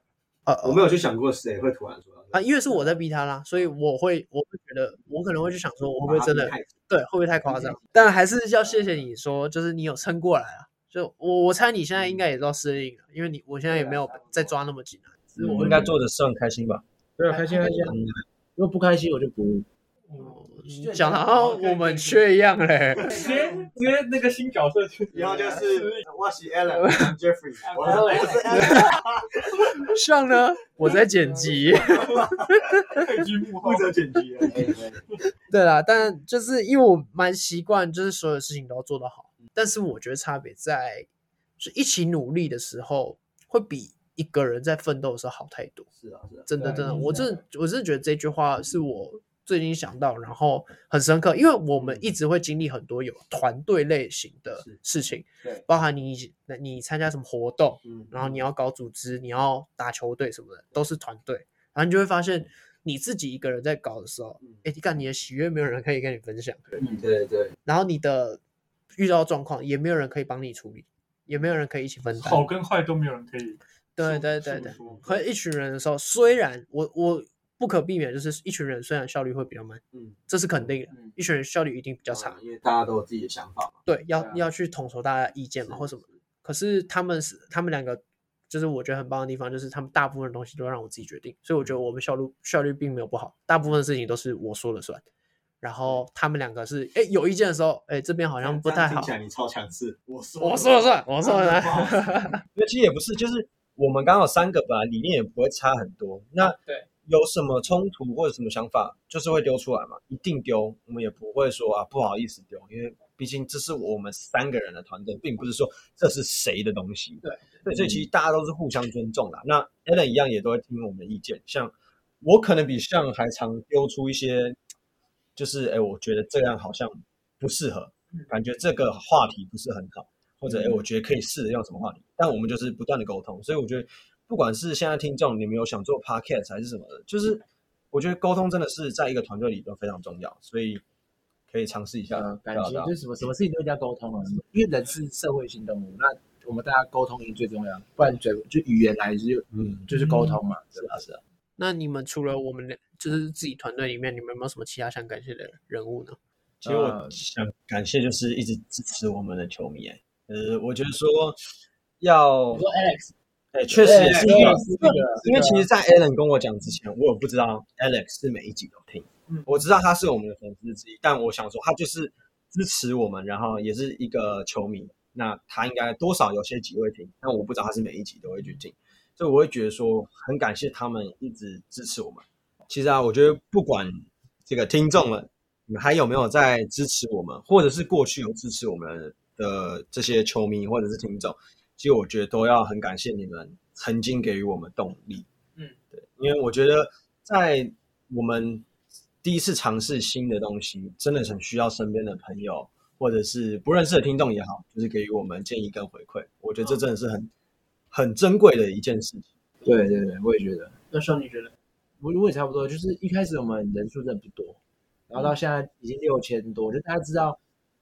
S1: 呃，
S2: 我没有去想过谁会突然说
S1: 啊，因为是我在逼他啦，所以我会我会觉得我可能会去想说，我会不会真的
S2: 太
S1: 对，会不会太夸张？但还是要谢谢你说，就是你有撑过来啊。就我我猜你现在应该也到适应了，因为你我现在也没有再抓那么紧了。只是我
S2: 我应该做的算开心吧？
S3: 对啊，开心开心啊。
S2: 嗯
S3: 如果不开心，我就不
S1: 嗯讲的好像我们缺一样嘞。
S4: 直接直接那个新角色去，
S2: 我啊是 Alan，我是 Jeffrey，
S4: 我是我
S2: 是 Alan，
S1: 上呢，我在剪辑。
S4: 配居幕后，
S2: 责剪辑。
S5: 可以可以
S1: 哎对啊啦，但就是因为我蛮习惯，就是所有事情都要做得好。但是我觉得差别在，就一起努力的时候，会比一个人在奋斗的时候好太多。
S2: 是啊，是啊，
S1: 真的，
S4: 对
S1: 真的，
S4: 嗯
S1: 我真的，我真的觉得这句话是我最近想到，然后很深刻，因为我们一直会经历很多有团队类型的
S2: 嗯
S1: 事
S2: 是
S1: 情，
S5: 对
S1: 包含你你参加什么活动，
S2: 嗯
S1: 然后你要搞组织，你要打球队什么的，都是团队，然后你就会发现你自己一个人在搞的时候
S2: 嗯，
S1: 哎，你看你的喜悦没有人可以跟你分享，
S2: 对对，
S1: 然后你的遇到状况也没有人可以帮你处理，也没有人可以一起分担，
S4: 好跟坏都没有人可以
S1: 对对
S4: 诉
S1: 对
S4: 诉
S1: 对
S4: 说
S1: 和一群人的时候，虽然我我不可避免，就是一群人虽然效率会比较慢，
S2: 嗯，
S1: 这是肯定的，
S5: 嗯
S1: 一群人效率一定比较差。
S2: 啊因为大家都有自己的想法嘛。
S1: 对，要、
S5: 对啊
S1: 要去统筹大家意见嘛，或什么。可是他们是他们两个，就是我觉得很棒的地方，就是他们大部分的东西都让我自己决定，所以我觉得我们效率效率并没有不好，大部分事情都是我说了算。然后他们两个是，哎，有意见的时候，哎，这边好
S2: 好
S1: 像不太好
S2: 听起，来你超强势，我说
S1: 我说了算，我说 了算。
S2: 那其实也不是，就是我们刚好三个本来理念也不会差很多，那
S4: 对
S2: 有什么冲突或者什么想法，就是会丢出来嘛，一定丢，我们也不会说啊不好意思丢，因为毕竟这是我们三个人的团队，并不是说这是谁的东西。
S4: 对
S2: 对，所以其实大家都是互相尊重啦。那 Alan 一样也都会听我们的意见，像我可能比像还常丢出一些，就是哎，我觉得这样好像不适合，感觉这个话题不是很好。或者哎、诶我觉得可以试着用什么话题，但我们就是不断的沟通，所以我觉得不管是现在听众你们有想做 podcast 还是什么的，就是我觉得沟通真的是在一个团队里都非常重要，所以可以尝试一下
S3: 呃，感
S2: 对啊
S3: 情
S2: 对啊
S3: 就是什么什么事情都一定要沟通啊，因为人是社会性动物，那我们大家沟通一定最重要，不然嘴就语言来就
S2: 嗯，
S3: 就是沟通嘛，
S2: 是啊是啊，
S1: 那你们除了我们两就是自己团队里面，你们有没有什么其他想感谢的人物呢？
S2: 其实我
S3: 呃
S2: 想感谢就是欸一直支持我们的球迷、诶呃，我觉得说要
S5: 我说 Alex，
S2: 哎，确实也是一个
S3: 对是一个
S2: 因为其实，在 Alan 跟我讲之前，我也不知道 Alex 是每一集都听。
S4: 嗯
S2: 我知道他是我们的粉丝之一，但我想说，他就是支持我们，然后也是一个球迷。那他应该多少有些集会听，但我不知道他是每一集都会去听，所以我会觉得说很感谢他们一直支持我们。其实啊，我觉得不管这个听众们，你们还有没有在支持我们，或者是过去有支持我们的这些球迷或者是听众，其实我觉得都要很感谢你们曾经给予我们动力。
S4: 嗯，
S2: 对，因为我觉得在我们第一次尝试新的东西，真的很需要身边的朋友或者是不认识的听众也好，就是给予我们建议跟回馈。我觉得这真的是很很珍贵的一件事情。
S3: 对对对，我也觉得，
S1: 那时候你觉得？
S3: 我我也差不多，就是一开始我们人数真的不多，然后到现在已经六千多，就大家知道，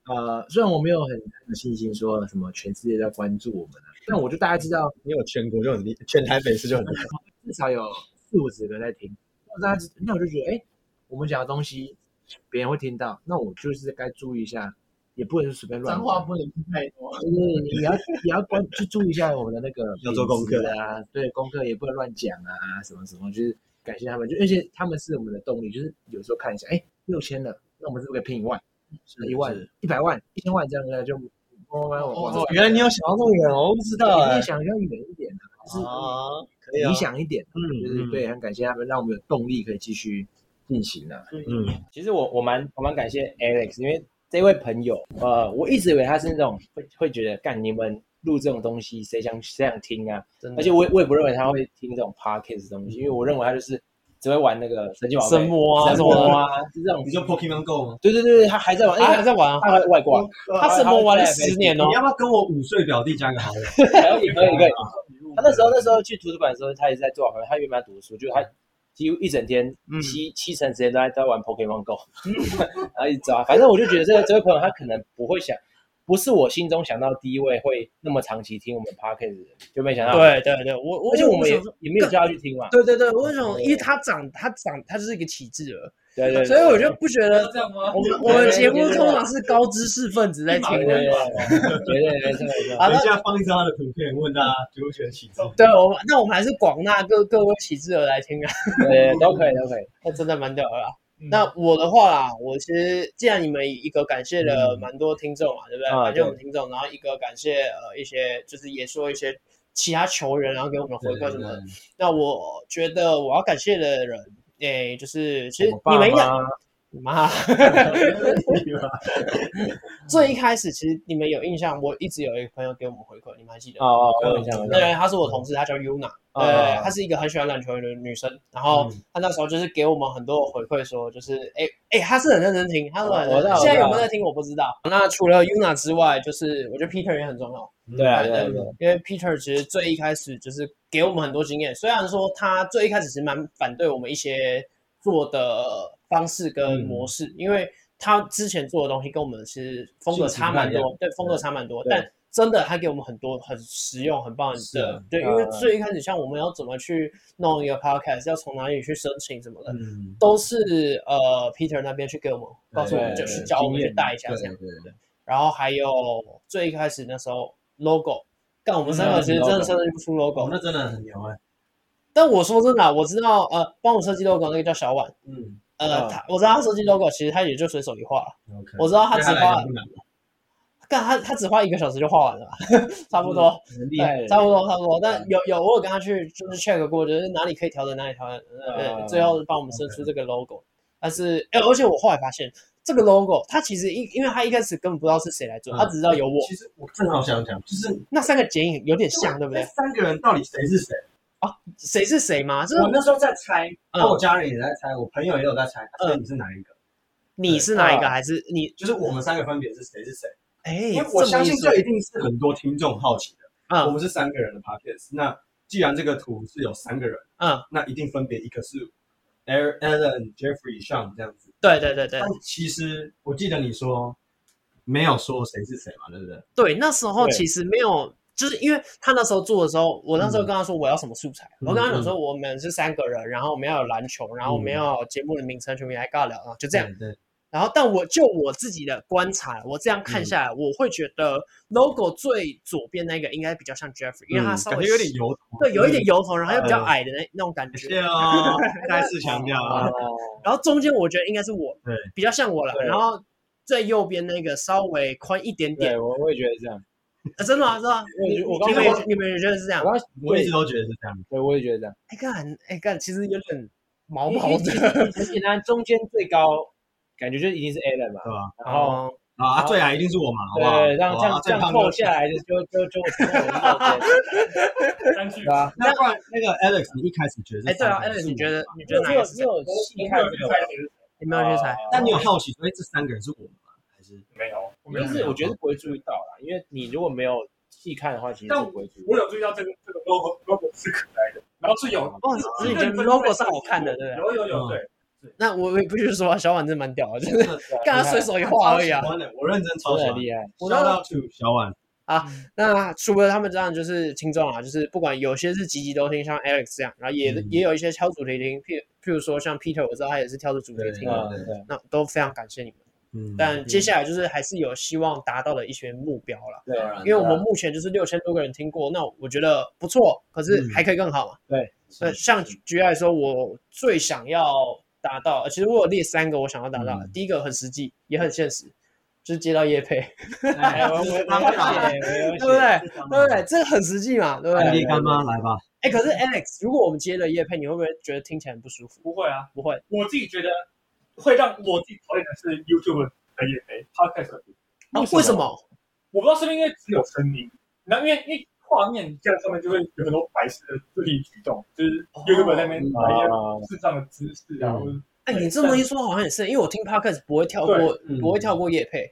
S3: 呃，虽然我没有很很有信心说什么全世界都在关注我们啊，但我就大概知道
S2: 因为我全国就很厉，全台北市就很厉害。
S3: 至少有四五十个在听，那大家知那我就觉得，哎，我们讲的东西别人会听到，那我就是该注意一下，也不能随便乱
S1: 脏
S3: 讲。
S1: 话不能太多。
S3: 就是你要也要关去注意一下我们的那个
S2: 要做功课
S3: 品质啊，对，功课也不能乱讲啊，什么什么，就是感谢他们，就而且他们是我们的动力，就是有时候看一下，哎，六千了，那我们是不是可以拼一万、一万
S2: 是、
S3: 一百万、一千万这样子就哦慢慢慢慢往
S1: 哦
S3: 上
S1: 哦
S2: 原来你有想到这么远，我不知道
S3: 你
S2: 哎、
S3: 会想要远一点啊，就是
S2: 啊，可以啊
S3: 理，想一点啊，
S2: 嗯
S3: 就是对，很感谢他们，让我们有动力可以继续进行啊。
S2: 嗯，
S6: 其实我我蛮我蛮感谢 Alex，因为这位朋友，呃，我一直以为他是那种会会觉得干你们录这种东西，谁想谁想听啊？
S1: 真的
S6: 而且我也我也不认为他会听这种 podcast 的东西，因为我认为他就是只会玩那个神奇宝贝、
S1: 神魔啊
S6: 神魔啊，就这种。
S2: 你就 Pokemon Go 吗？
S6: 对对对，他还在玩，
S1: 他还
S6: 哎，
S1: 在玩啊，
S6: 他还外 挂，
S1: 他神魔玩了十年哦。
S2: 要不要跟我五岁表弟加个好友？
S6: 可以可以可以。他那时候那时候去图书馆的时候，他也是在做好朋友，他原本要读书，就他
S1: 嗯
S6: 几乎一整天
S4: 嗯
S6: 七、七成时间都在都在玩 Pokemon Go，然后一直抓。反正我就觉得这个这位朋友他可能不会想，不是我心中想到第一位会那么长期听我们 Podcast 的人，就没想到。，
S1: 对对对，我我哦
S6: 而且我们也
S1: 想说
S6: 也没有叫他去听嘛。
S1: 对对对，我想，因为他长他长他就是一个启智儿，
S6: 对对对，
S1: 所以我就不觉得
S4: 这样吗？
S1: 我们我们节目通常是高知识分子在听
S6: 对对
S1: 的
S6: 对。对，没错没错。
S1: 好
S2: 等
S1: 那
S2: 一下放一张他的图片，问大家觉不觉得起重？
S1: 对，我们那我们还是广纳各各位启智儿来听啊，
S6: 对，都可以，都可以。
S1: 那真的蛮屌的啦。
S4: 嗯
S1: 那我的话啦，我其实既然你们一个感谢了蛮多听众嘛，对不嗯对？
S6: 啊
S1: 感谢我
S6: 对
S1: 们听众，然后一个感谢呃一些就是也说一些其他球员，然后给我们回馈什么的。那我觉得我要感谢的人，诶、就是其实
S6: 我
S1: 你
S6: 爸
S1: 们应该
S6: 妈哦
S1: 你 妈最一开始其实你们有印象，我一直有一个朋友给我们回馈，你们还记得吗？
S6: 哦哦，我想
S1: 那人她是我同事，她叫 Yuna，
S6: 哦
S1: 嗯
S6: 嗯
S1: 对，她是一个很喜欢篮球的女生。然后她那时候就是给我们很多的回馈，说就是哎哎，她是很认真听，她是很认
S6: 我知
S1: 真
S6: 道我
S1: 听。
S6: 知道
S1: 现在有没有在听我不知道。那除了 Yuna 之外，就是我觉得 Peter 也很重要，
S6: 对啊对啊对啊，
S1: 因为 Peter 其实最一开始就是给我们很多经验，虽然说他最一开始是蛮反对我们一些做的方式跟模式，因为他之前做的东西跟我们其实风格差蛮
S2: 性质不
S1: 多，对，风格差蛮多，
S6: 对
S1: 但真的他给我们很多很实用、很棒
S2: 是
S1: 的
S2: 啊，
S1: 对，因
S6: 嗯
S1: 为最一开始像我们要怎么去弄一个 podcast，要从哪里去申请什么的，
S2: 嗯，
S1: 都是呃 Peter 那边去给我们告诉我们，
S6: 对
S1: 就是教我们去带一下
S3: 对
S1: 这样。
S3: 对对，
S1: 然后还有最一开始那时候 logo，但我们三个
S2: 嗯
S1: 其实真的
S2: logo
S1: 设计不出 logo，、
S2: 那真的很牛哎。
S1: 但我说真的啊、我知道呃，帮我设计 logo 那个叫小婉，
S2: 嗯
S1: 呃，
S6: 嗯
S1: 他我知道他设计 logo，其实他也就随手一画，
S2: ，OK。
S1: 我知道他只花，
S2: 对
S1: 干他他只花一个小时就画完了吧， 差不多，
S6: 很厉害
S1: 对，，差不多差不多。但有有我有跟他去就是 check 过，就是哪里可以调整，哪里调整，呃，
S6: 嗯
S1: 最后帮我们生出这个 logo。但是，哎，而且我后来发现这个 logo，他其实一因为他一开始根本不知道是谁来做，
S2: 嗯
S1: 他只知道有我
S2: 其实我正好想讲，就是
S1: 那三个剪影有点像，对不
S2: 这
S1: 对？
S2: 三个人到底谁是谁？
S1: 谁是谁吗？就是
S2: 我那时候在猜，
S1: 嗯
S2: 然后我家人也在猜，我朋友也有在猜，所以你是哪一个？
S1: 你是哪一个，
S6: 啊
S1: 还是你？
S2: 就是我们三个分别是谁是谁？
S1: 哎
S2: 因为，我相信
S1: 这
S2: 这
S1: 么一说
S2: 一定是很多听众好奇的。我
S1: 嗯
S2: 们是三个人的 podcast，那既然这个图是有三个人，
S1: 嗯，
S2: 那一定分别一个是 Aaron、Alan、Jeffrey、Sean 这样子。
S1: 对对对对
S2: 但其实我记得你说没有说谁是谁嘛，对不对？
S1: 对，那时候
S6: 对
S1: 其实没有，就是因为他那时候做的时候，我那
S2: 嗯
S1: 时候跟他说我要什么素材，我跟他讲说我
S2: 嗯
S1: 们是三个人，然后我们要有篮球，然后我们要有节目的名称，全部来尬聊，然后就这样。
S2: 对，对
S1: 然后，但我就我自己的观察，我这样
S2: 嗯
S1: 看下来，我会觉得 logo 最左边那个应该比较像 Jeffrey，因为他稍
S2: 嗯感
S1: 微
S2: 觉有点嗯油头，
S1: 对，有一点油头，然后又比较矮的那那种感觉。
S2: 对哦，再次强调啊，
S1: 然后中间我觉得应该是我，
S2: 对，
S1: 比较像我了。
S3: 对
S1: 然后最右边那个稍微宽一点点
S3: 对，，我我也觉得这样。
S1: 啊真的吗？真的吗？
S3: 我也觉得我刚
S1: 你
S3: 刚
S1: 们
S3: 我
S1: 也你们也觉得是这样？
S3: 刚
S2: 我一直都觉得是这样。
S3: 对，我也觉得这样。
S1: 哎干，哎干，其实有点毛
S3: 因
S1: 毛
S3: 为其实
S1: 的。
S3: 很简单，中间最高感觉就一定是 Allen 嘛，
S2: 对吧？
S3: 然后
S1: 哦
S2: 啊，最矮一定是我嘛，好不好？
S3: 对，让
S2: 好
S3: 这
S2: 啊
S3: 样这
S2: 最
S3: 样
S2: 胖就
S3: 扣下来就就就就
S4: 单据
S3: 对吧？
S2: 那不然那个 Alex，你一开始觉得是
S1: 哎，对啊
S2: 三个
S1: ，Alex，
S2: 人是
S1: 你
S2: 我
S1: 觉得
S2: 吗
S1: 你
S3: 你
S1: 觉得哪
S3: 有
S1: 个是
S3: 你
S1: 谁？
S3: 有
S4: 我
S3: 细
S4: 没
S3: 看
S4: 有去猜谁是谁，
S1: 你没有去猜？
S2: 但你有好奇说，哎，这三个人是我们吗？还是
S4: 没有，我没有
S3: 但。是我觉得不会注意到啦，因为你如果没有细看的话，其实是
S4: 但
S3: 不会注意。
S4: 我有注意到这个这个 logo logo 是可爱的，然后是有
S1: 哦，所以你觉得 logo 是好看的，对不对？
S4: 有有有对，
S1: 那我也不是说啊小婉真蛮屌的，就是干他随手一画而已啊
S2: 超。喜欢的，我认真超喜
S3: 真的
S2: 欢
S3: 很。厉害，
S1: 我
S2: Shout
S1: 那
S2: out to 小婉，
S1: 那除了他们这样，就是听众啊，就是不管有些是集集都听，像 Alex 这样，然后也、
S2: 嗯
S1: 也有一些挑主题听，譬譬如说像 Peter，我知道他也是挑着主题听
S2: 对
S1: 的，
S3: 嗯，对，
S1: 那都非常感谢你们。
S2: 嗯
S1: 但接下来就是还是有希望达到的一些目标啦，
S3: 对
S2: 当然
S1: 因为我们目前就是六千多个人听过，那我觉得不错，可是
S2: 嗯
S1: 还可以更好嘛。
S2: 是
S1: 那像举举例来说，我最想要达到，呃其实我有列三个我想要达到的，
S2: 嗯
S1: 第一个很实际，也很现实，就是接到业配，
S3: 哎我我我有写，我有
S1: 对
S3: 写，
S1: 不对？
S2: 嗯
S1: 对不对？这个很实际嘛，对不对
S2: 安？利干妈来吧，
S1: 哎、可是 Alex，如果我们接了叶配，你会不会觉得听起来很不舒服？
S4: 不会啊，
S1: 不会，
S4: 我自己觉得会让我自己讨厌的是 YouTube 的也没 Podcast，
S1: 啊为什么？
S4: 我不知道是不是因为只有声音，然后因为因为画面这样上面就会有很多白痴的肢体举动，就是 YouTube 那边摆一
S3: 啊，
S4: 些智障的姿势啊，或者
S1: 哎、你这么一说好像也是，因为我听 podcast 不会跳过，
S2: 嗯
S1: 不会跳过叶配。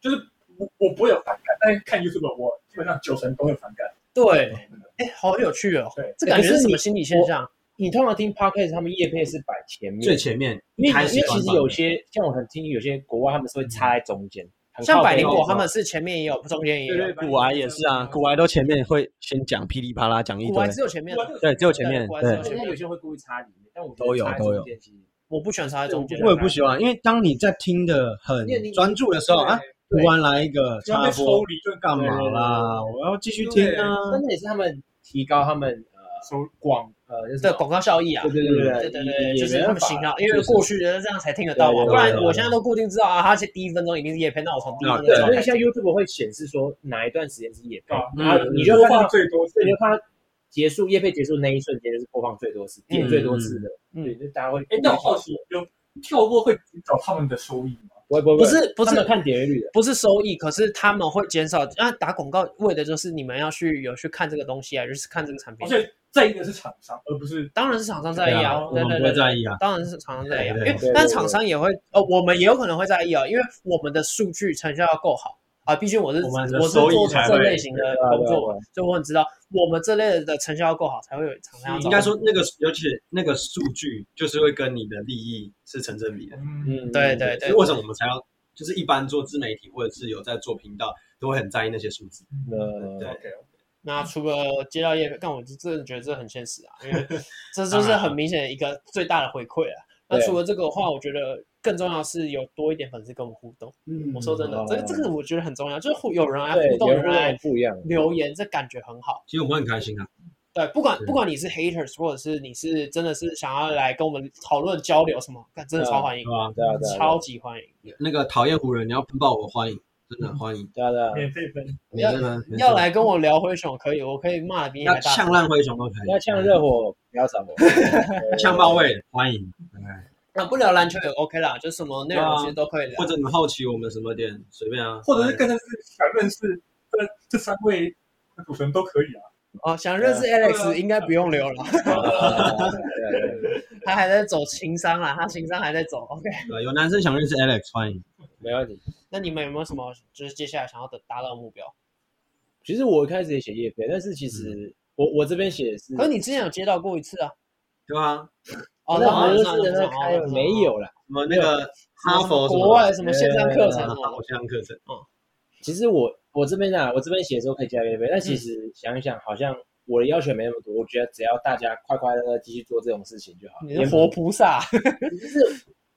S4: 就是我我不会有反感，但是看 YouTube 我基本上九成都会反感。
S1: 对，哎、好有趣哦
S4: 对，
S1: 这感觉
S3: 可是
S1: 是什么
S3: 你
S1: 心理现象？
S3: 你通常听 podcast 他们叶配是摆前面，
S2: 最前面，
S3: 因为
S2: 开
S3: 因
S2: 始
S3: 为
S2: 转
S3: 其实
S2: 版
S3: 有
S2: 的嗯
S3: 些像我很听有些国外他们是会插在中间，很
S1: 像
S3: 靠
S1: 百
S3: 背
S1: 灵
S3: 那
S1: 果
S3: 种
S1: 他们是前面也有，中间也有，
S2: 古癌也是啊，古癌都前面会先讲噼里啪啦讲一
S1: 古
S2: 堆，
S1: 玩只有前面的，
S2: 对，只有前面
S1: 古癌只有
S2: 对
S1: 前。
S3: 人家
S1: 面
S3: 有些会故意插里面，但我觉得
S2: 都有
S3: 插在中
S2: 都有
S3: 间其实
S1: 我不喜欢插在中间。
S2: 我也不喜欢，因为当你在听的很
S3: 因为你
S2: 专注的时候啊，突
S3: 对
S2: 然来一个
S4: 就要
S2: 插
S4: 被
S2: 播
S4: 抽，离，就
S2: 干嘛啦？我要继续听啊！
S3: 但那也是他们提高他们
S4: 收
S3: 呃广呃就是
S1: 的广告效益啊。
S3: 对对对
S1: 对对对，
S3: 也
S1: 就是他们行
S3: 没办法
S1: 啊，因为过去的这样才听得到嘛，
S3: 对对对
S1: 不然
S2: 对对
S1: 我现在都固定知道啊，他是第一分钟一定是叶配，那我从第一分
S2: 对
S1: 钟
S3: 对，
S1: 就
S3: 所以
S1: 开始
S3: 像 YouTube 会显示说哪一段时间是夜配，
S1: 啊
S4: 嗯
S3: 然后你就
S4: 播
S3: 看
S4: 放
S3: 到，
S4: 最多次
S3: 所以你就看到结束夜配结束那一瞬间就是播放最多次、点最多次的，
S1: 嗯
S3: 对，就大家会
S4: 哎，那我好奇，有跳过会找他们的收益吗？
S3: 不会不会
S1: 不是不
S3: 他
S1: 是
S3: 们看点阅率的，
S1: 不是收益，可是他们会减少。那打广告为的就是你们要去有去看这个东西啊，就是看这个产品
S4: 而。且哦在意的是厂商，而不是
S1: 当然是厂商在意啊，
S2: 我
S1: 对
S2: 们
S1: 对
S2: 不会
S1: 对
S2: 在意啊。
S1: 当然是厂商在意啊，因
S2: 对对
S1: 为
S3: 对对
S1: 但厂商也会，呃，我们也有可能会在意啊，因为我们的数据成效要够好啊，毕竟我是
S2: 我
S1: 我
S2: 们的
S1: 是
S2: 收益
S1: 做
S2: 才
S1: 这
S2: 会
S1: 类型的
S3: 对啊
S1: 工
S3: 对啊
S1: 作
S3: 对
S1: 嘛，所以我很知道我们这类的成效要够好，才会有厂商要找
S2: 应
S1: 我们。
S2: 该说那个，尤其那个数据，就是会跟你的利益是成正比的。
S4: 嗯，
S3: 嗯，
S1: 对对
S2: 所以为什么我们才要，就是一般做自媒体或者是有在做频道，都会很在意那些数字。
S3: 呃
S2: 对，
S4: OK，
S1: 那除了接到业配，但我就真的觉得这很现实啊， 因为这就是很明显的一个最大的回馈啊。那
S3: 对
S1: 除了这个的话，我觉得更重要的是有多一点粉丝跟我们互动。
S2: 嗯
S1: 我说真的，这个
S3: 哦
S1: 这个我觉得很重要，就是互有人来
S3: 对
S1: 互，动，有
S3: 有
S1: 人
S3: 人
S1: 来
S3: 不一样，
S1: 留言，这感觉很好。
S2: 其实我们很开心啊。
S1: 对，不管
S2: 是
S1: 不管你是 haters，或者是你是真的是想要来跟我们讨论交流什么，干真的超欢迎
S2: 对，啊，
S3: 对啊对啊，
S1: 超级欢迎。
S2: 那个讨厌湖人，你要喷爆我，欢迎，真的欢迎。
S3: 对啊对啊，
S4: 免费分，
S2: 没事呢没事
S1: 要来跟我聊灰熊可以，我可以骂的比你还
S2: 要
S1: 大
S2: 呛。烂灰熊都可
S3: 要
S2: 以，哎
S3: 呛热火不要找我，
S2: 呛爆位欢迎。哎
S1: 那呃不聊篮球也 OK 啦，就什么内容
S2: 对啊
S1: 其实都可以聊
S2: 或。者你们好奇我们什么点，随便啊。
S4: 或者是更甚是想认识这这三位主持人都可以啊。
S1: 哦，想认识
S4: 对
S1: Alex
S4: 啊
S1: 应该不用留了，
S3: 啊对啊对对，
S1: 他还在走情商啦，他情商还在走。OK，
S2: 对，啊有男生想认识 Alex，欢迎。
S3: 没问题。
S1: 那你们有没有什么就是接下来想要的达到的目标？
S2: 嗯
S3: 其实我一开始也写叶配，但是其实我我这边写的是，
S1: 可是你之前有接到过一次啊？
S2: 对啊，
S1: 哦，
S3: 那
S1: 那
S3: 好
S1: 好
S3: 像
S1: 像
S3: 是
S1: 是
S3: 那开了没有啦。
S2: 什么那个哈佛什么
S1: 国外什么线上课程哦
S2: 啊
S1: 什
S2: 哈佛
S1: 么？
S2: 线上课程，
S3: 其实我我这边啊，我这边写的时候可以加叶配，但其实想一想，好像我的要求没那么多。我觉得只要大
S1: 啊
S3: 家快快乐乐继续做这种事情就好。
S1: 你是活菩萨？
S3: 就是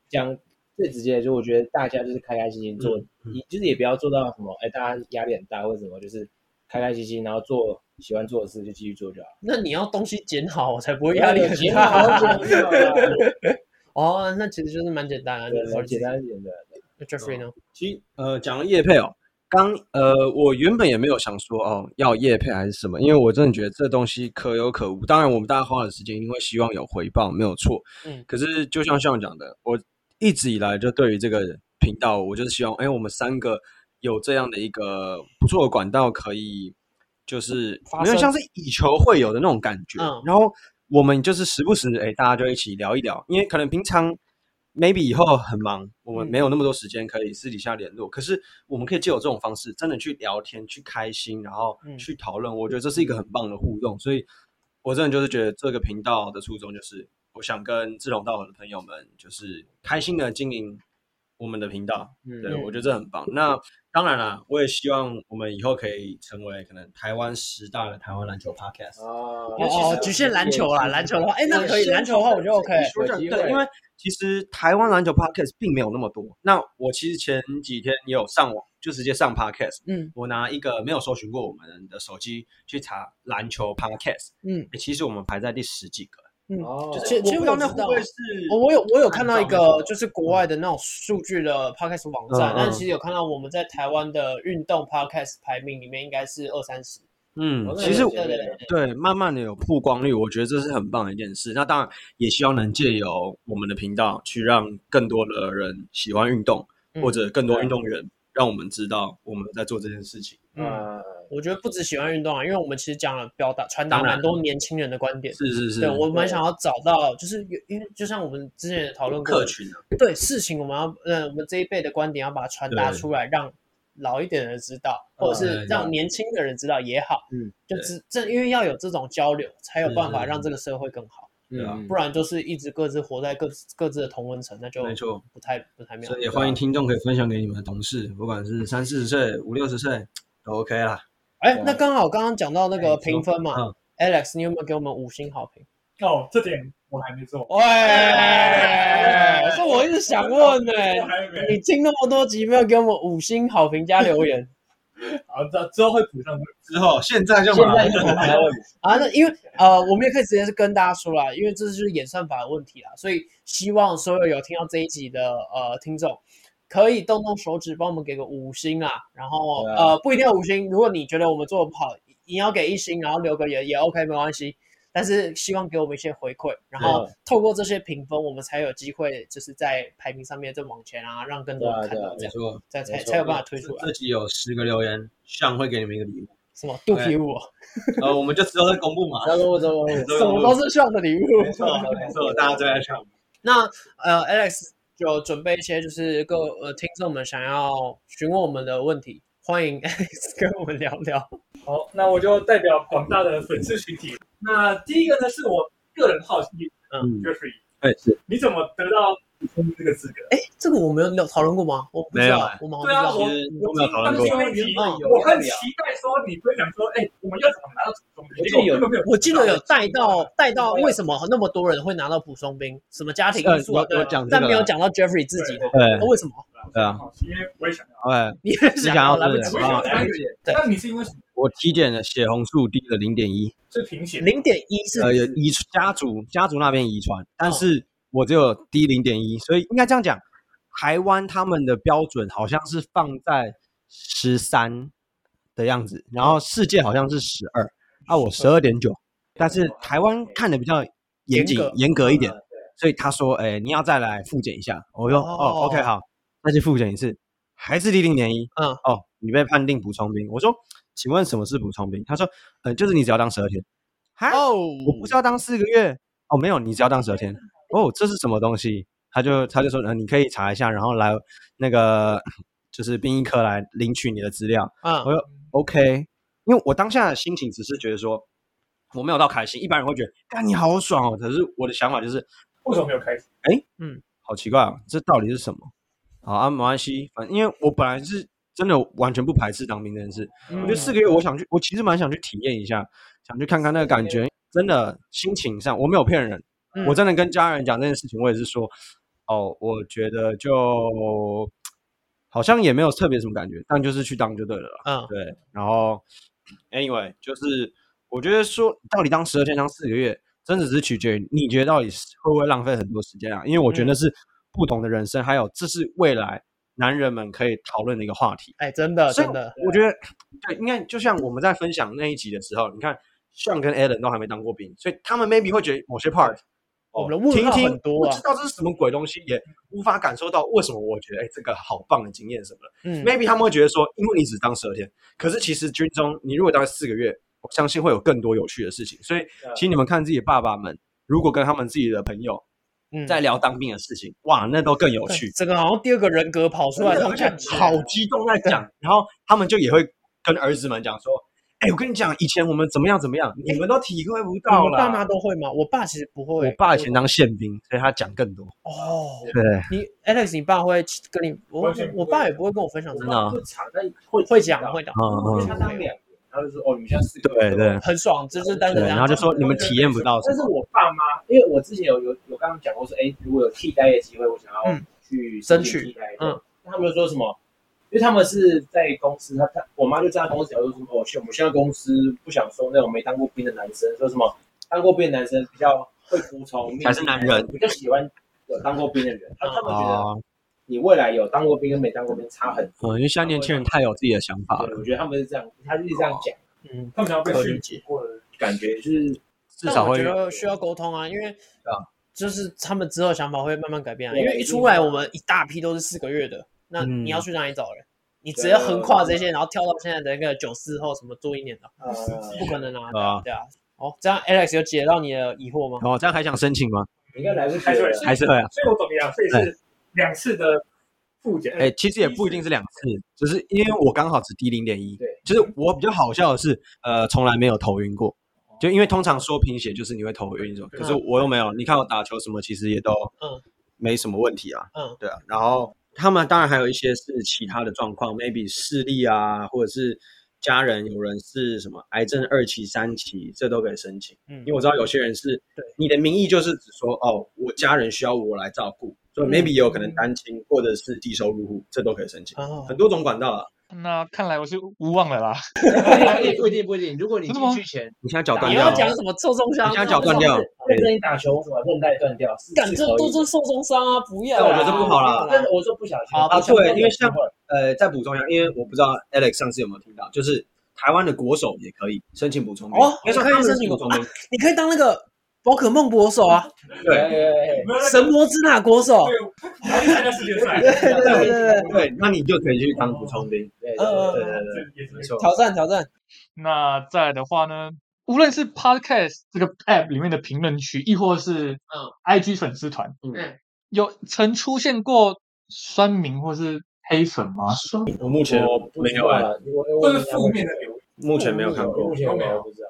S3: 讲
S6: 最直接的就是我觉得大家就是开开心心做，
S2: 嗯
S6: 你就是也不要做到什么，哎，大家压力很大或者什么，就是开开心心，然后做喜欢做的事就继续做就好。
S1: 那你要东西剪好，我才不会压力很
S6: 剪
S1: 大。
S6: 好
S1: 哦，那其实就是蛮简单的，
S6: 对，
S1: 就是
S6: 对简单一点的。对
S1: 那 Jeffrey 呢？
S2: 其实呃，讲到叶配哦，刚呃，我原本也没有想说哦要叶配还是什么，因为我真的觉得这东西可有可无。当然，我们大家花的时间一定会希望有回报，没有错。
S1: 嗯
S2: 可是就像像讲的，我一直以来就对于这个频道，我就是希望，哎，我们三个有这样的一个不错的管道，可以就是
S1: 发
S2: 没有
S1: 声
S2: 像是以球会友的那种感觉。
S1: 嗯
S2: 然后我们就是时不时，哎，大家就一起聊一聊，因为可能平常 maybe 以后很忙，我们
S1: 嗯
S2: 没有那么多时间可以私底下联络，可是我们可以借由这种方式，真的去聊天、去开心，然后
S1: 嗯
S2: 去讨论，我觉得这是一个很棒的互动。所以，我真的就是觉得这个频道的初衷就是，我想跟志同道合的朋友们，就是开心的经营我们的频道。对，
S1: 嗯
S2: 我觉得这很棒。那当然啦，我也希望我们以后可以成为可能台湾十大的台湾篮球 podcast。
S6: 哦
S1: 哦哦，局限篮球啦，篮球的话，哎，那可以，篮球的话我就 OK。
S2: 说这样
S6: 有机
S2: 对，
S6: 会
S2: 因为其实台湾篮球 podcast 并没有那么多。那我其实前几天也有上网，就直接上 podcast，
S1: 嗯
S2: 我拿一个没有搜寻过我们的手机去查篮球 podcast，
S1: 嗯，
S2: 诶其实我们排在第十几个。
S6: 哦，
S1: 其实
S2: 我
S1: 其实
S2: 不知
S1: 我
S2: 道那
S1: 知
S2: 会
S1: 道
S2: 不会是
S1: 哦，我有我有看到一
S2: 按照那
S1: 个
S2: 个
S1: 就是国外的那种数据的 podcast 网站，
S2: 嗯嗯
S1: 但其实有看到我们在台湾的运动 podcast 排名里面应该是二三十。
S2: 嗯，
S6: 那
S2: 其实
S6: 有
S1: 对对对对
S2: 对，慢慢的有曝光率，我觉得这是很棒的一件事。那当然也希望能借由我们的频道去让更多的人喜欢运动，
S1: 嗯
S2: 或者更多运动员让我们知道我们在做这件事情。
S1: 嗯，
S6: 嗯，
S1: 我觉得不只喜欢运动啊，因为我们其实讲了表达传达
S2: 当然
S1: 蛮多年轻人的观点。
S2: 是是是，
S1: 对，我蛮想要找到，就是有因为就像我们之前也讨论过
S2: 客
S1: 的，
S2: 群啊，
S1: 对事情，我们要呃，我们这一辈的观点要把它传达
S2: 对嗯
S1: 出来，让老一点的人知道，或者
S2: 对
S1: 是
S2: 对
S1: 让年轻的人知道也好。
S6: 嗯，
S1: 就
S2: 对
S1: 只这，因为要有这种交流，才有
S2: 是
S1: 办
S2: 是
S1: 法
S2: 是
S1: 让这个社会更好。
S2: 对啊
S6: 嗯
S1: 不然就是一直各自活在各自各自的同温层，那就啊
S2: 没错。
S1: 不太不太妙。
S2: 所以也欢迎听众可以分享给你们的同事，不管是三四十岁、五六十岁都 OK 啦。
S1: 哎，那刚好刚刚讲到那个评分嘛、
S2: 嗯
S1: a l e x 你有没有给我们五星好评？
S4: 哦，这点我还没做，
S1: 喂，这我一直 想问呢、
S4: 我还没。
S1: 你听那么多集没有给我们五星好评加留言
S4: 啊，之之后会补上。
S2: 之后现在就
S6: 现
S2: 马
S6: 在
S2: 上
S6: 就我们来 问，
S1: 啊？那因为呃，我们也可以直接是跟大家说啦，因为这就是演算法的问题啦，所以希望所有有听到这一集的呃听众。可以动动手指帮我们给个五星啦，然后、
S6: 对啊
S1: 呃不一定要五星，如果你觉得我们做的不好，你要给一星，然后留个言也 OK 没关系，但是希望给我们一些回馈，然后
S6: 啊
S1: 透过这些评分，我们才有机会就是在排名上面再往前啊，让更多人
S6: 对啊
S1: 看
S6: 对啊
S1: 到这
S2: 没
S1: 样，
S2: 错，
S1: 这样才
S6: 没错
S1: 才有办法推出来。
S2: 这集有十个留言，像会给你们一个 礼物，
S1: 什么肚皮舞啊，
S2: 呃，我们就之后再公布 嘛。
S6: 要问我怎么问？
S1: 什么都是像的礼物。
S2: 没错，没错，大家最爱唱。
S1: 那呃，Alex 有准备一些就是各呃听众们想要询问我们的问题，欢迎 Alex 跟我们聊聊。
S4: 好，那我就代表广大的粉丝群体。那第一个呢，是我个人好奇，
S2: 嗯，
S4: ，Jeffrey，
S2: 哎是，
S4: 你怎么得到主持人这个资格？
S1: 哎，这个我们有聊讨论过吗？我不知
S2: 没有
S1: 道
S2: 哎
S1: 我们好
S4: 对啊
S1: 像
S2: 其
S1: 不知道。
S2: 实都没有讨论过
S4: 我。们原本
S6: 有
S4: 我很期待说你会讲说，哎，我们要怎么拿到主动
S6: 我
S4: 权？
S6: 记得有
S4: 结果根本没有，
S1: 我记得有带到带到为什么那么多人会拿到补充兵，什么家庭因素啊
S2: 呃，
S1: 对
S2: 有有讲这个
S1: 但没有讲到 Jeffrey 自己的，
S2: 对
S1: 哦为什么？
S2: 对啊，
S4: 好，因为我也想要。
S2: 哎，
S1: 你也想要来不及
S4: 我
S2: 对
S4: 也想要
S2: 啊
S4: 参与
S1: 对
S4: 那你是因为什么？
S2: 我体检的血红素低了零点一，
S4: 是贫血？
S1: 零点一是
S2: 呃，有遗家族家族那边遗传，但是我只有低零点一，所以应该这样讲，台湾他们的标准好像是放在十三的样子，然后世界好像是十二，啊，我十二点九，但是台湾看的比较严谨
S1: 严格
S2: 严格一点，所以他说，哎，你要再来复检一下，我说，哦
S1: 哦
S2: o k 好，那去复检一次，还是低零点一，
S1: 嗯
S2: 哦，你被判定补充兵，我说，请问什么是补充兵？他说，呃，就是你只要当十二天，哈。
S1: 哦，
S2: 我不是要当四个月哦，没有，你只要当十二天哦，这是什么东西？他就他就说，呃，你可以查一下，然后来那个就是殡仪科来领取你的资料。
S1: 嗯
S2: 我说 OK，因为我当下的心情只是觉得说我没有到开心，一般人会觉得，干你好爽哦，可是我的想法就是
S4: 为什么没有开始？
S2: 好奇怪哦，这到底是什么？好啊，没关系，反正因为我本来是真的完全不排斥当兵这件事，我
S1: 嗯
S2: 觉得四个月，我想去，我其实蛮想去体验一下，想去看看那个感觉。真的心情上，我没有骗人，
S1: 嗯
S2: 我真的跟家人讲这件事情，我也是说，哦，我觉得就好像也没有特别什么感觉，但就是去当就对了啦。
S1: 嗯
S2: 对，然后 anyway 就是我觉得说到底当十二天当四个月，真的只是取决于你觉得到底是会不会浪费很多时间啊？因为我
S1: 嗯
S2: 觉得是不同的人生，还有这是未来男人们可以讨论的一个话题。
S1: 哎、真的
S2: 所以
S1: 真的，
S2: 我觉得对，应该就像我们在分享那一集的时候，你看 Sean 跟 Alan 都还没当过兵，所以他们 maybe 会觉得某些 part。
S1: 我
S2: 哦
S1: 们的问
S2: 听
S1: 号
S2: 听
S1: 很多
S2: 不
S1: 啊
S2: 知道这是什么鬼东西，也无法感受到为什么我觉得哎这个好棒的经验什么的。
S1: 嗯，
S2: maybe 他们会觉得说，因为你只当十二天，可是其实军中你如果当四个月，我相信会有更多有趣的事情。所以，
S1: 啊
S2: 其实你们看自己的爸爸们，如果跟他们自己的朋友
S1: 嗯
S2: 在聊当兵的事情，哇，那都更 有趣。
S1: 整个好像第二个人格跑出来，他
S2: 而
S1: 们
S2: 且好激动在讲， 然后他们就也会跟儿子们讲说：“哎、我跟你讲，以前我们怎么样怎么样，你们都体会不
S1: 你
S2: 到
S1: 们
S2: 了。
S1: 爸妈都会吗？我爸其实不会。
S2: 我爸以前当宪兵，所以他讲更多。
S1: 哦，
S2: 对，
S1: 你 Alex，你爸会跟你，我
S4: 完全不会
S1: 我爸也不会跟我分享这
S2: 真的
S1: 个，
S2: 啊
S3: 会长，但会
S1: 会
S6: 啊
S1: 讲会讲，
S2: 嗯
S3: 因为
S2: 嗯，
S3: 他当两年，然后就说哦，你们现在四个
S2: 对
S3: 人
S2: 对
S1: 很爽，这就是单
S2: 对，
S1: 纯
S2: 然后就说你们体验不到什
S3: 但是
S2: 么。
S3: 我爸妈，因为我之前有有有刚刚讲过说，哎，如果有替代的机会，我想要
S1: 嗯
S3: 去
S1: 争
S3: 申请
S1: 取
S3: 替代。
S1: 嗯，
S3: 他们就说什么？因为他们是在公司，他他我妈就在公司讲说什么，哦，我们现在公司不想收那种没当过兵的男生，说什么当过兵的男生比较会服从，
S2: 才是男人，
S3: 比较喜欢有当过兵的人。他他们觉得
S2: 哦，
S3: 你未来有当过兵跟没当过兵差很
S2: 嗯，因为现在年轻人太有自己的想法了
S3: 多。。对，我觉得他们是这样，他就是这样讲，
S1: 嗯，
S4: 他们想要被
S1: 可以理
S4: 训
S1: 解
S4: 过的，
S3: 感觉就是
S2: 至少
S1: 我
S2: 会
S1: 觉得需要沟通啊，因为就是他们之后想法会慢慢改变啊，
S3: 对
S1: 因为一出来我们一大批都是四个月的，那
S2: 嗯
S1: 你要去哪里找人？你直
S3: 对
S1: 接横跨这些，然后跳到现在的那个九四后什么做一年的，
S3: 呃，
S1: 不可能啊，
S2: 对啊
S1: 对啊。哦，这样 Alex 有解到你的疑惑吗？
S2: 哦，这样还想申请吗？
S3: 应该来不及
S4: 还是
S3: 了
S4: 会。
S2: 还是会啊？
S4: 所以我懂你啊，所以是两次的复检。
S2: 哎、其实也不一定是两次，就是因为我刚好只低零点一
S3: 对，
S2: 就是我比较好笑的是，呃，从来没有头晕过，就因为通常说贫血就是你会头晕什么，可是我又没有。你看我打球什么，其实也都
S1: 嗯
S2: 没什么问题啊，
S1: 嗯，
S2: 对啊。然后他们当然还有一些是其他的状况，maybe 视力啊，或者是家人有人是什么癌症二期、三期，这都可以申请。
S1: 嗯
S2: 因为我知道有些人是，
S1: 对
S2: 你的名义就是只说哦，我家人需要我来照顾，所以 maybe 也有可能单亲或者是低收入户，这都可以申请，
S1: 哦，
S2: 很多种管道啊。
S7: 那看来我是无望了啦。
S3: 不一定，不一定，不一定。如果你
S7: 真的吗
S3: 进去前，
S2: 你现在脚断
S1: 你
S2: 掉
S1: 要
S2: 了，
S1: 讲什么受重伤？
S2: 你现在脚断掉了，
S3: 认真打球，什么韧带断掉，是
S1: 敢
S3: 是
S1: 这
S3: 可以
S1: 都
S3: 的
S1: 是受重伤啊，不要啊。
S2: 但我觉得这不好啦
S3: 但是我说不小心
S1: 好
S2: 啊
S3: 不小心
S2: 对因为像
S3: 不会
S2: 呃，再补充一下，因为我不知道 Alex 上次有没有听到，就是台湾的国手也可以申请补充兵，
S1: 哦
S2: 应该说他们申请补充兵，
S1: 你可以当那个宝可梦国手啊，
S3: 哎
S2: 对
S3: 哎哎
S4: 没有那个
S1: 神魔之塔国手。
S4: 然后去参加世界赛，
S1: 对对对
S2: 对，那你就可以去当补充兵，
S3: 对
S1: 嗯
S3: 对对
S1: 嗯
S2: 对对
S3: 对对
S2: 对，
S4: 这也是
S2: 没错。
S1: 挑战挑战，
S7: 那再来的话呢，无论是 Podcast 这个 App 里面的评论区，亦或是
S1: 嗯
S7: IG 粉丝团，
S1: 嗯，
S7: 有曾出现过酸民或是黑粉吗？
S2: 我目前
S3: 不
S2: 没
S3: 知
S2: 有
S3: 道
S2: 哎，
S3: 啊，我我
S4: 或
S3: 我
S4: 是负面的留言。
S2: 目前没有看过
S3: 目。前没有，不知道。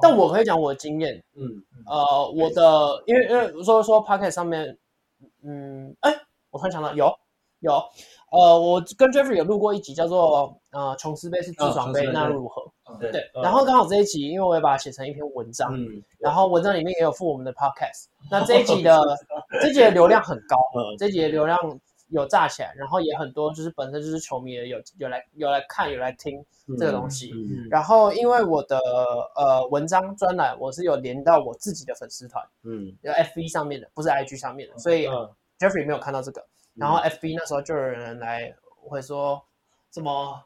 S1: 但我可以讲我的经验，
S2: 嗯，
S1: 呃，我的因为因为说说 p o c k e t 上面，嗯，哎，我突然想到有有，呃，我跟 Jeffrey 有录过一集叫做呃琼斯杯是自爽杯，
S2: 嗯
S1: 那又如何？
S2: 对
S1: 对，然后刚好这一集，因为我也把它写成一篇文章，
S2: 嗯，
S1: 然后文章里面也有附我们的 podcast。那这一集 的这一集的流量很高，
S2: 嗯
S1: 这一集的流量有炸起来，然后也很多就是本身就是球迷的有有来有来看有来听这个东西。
S2: 嗯
S1: 然后因为我的呃文章专栏我是有连到我自己的粉丝团，
S2: 嗯，
S1: 有 FB 上面的，不是 IG 上面的，所以
S4: 啊
S2: 嗯
S1: Jeffrey 没有看到这个。然后 FB 那时候就有人来会说什么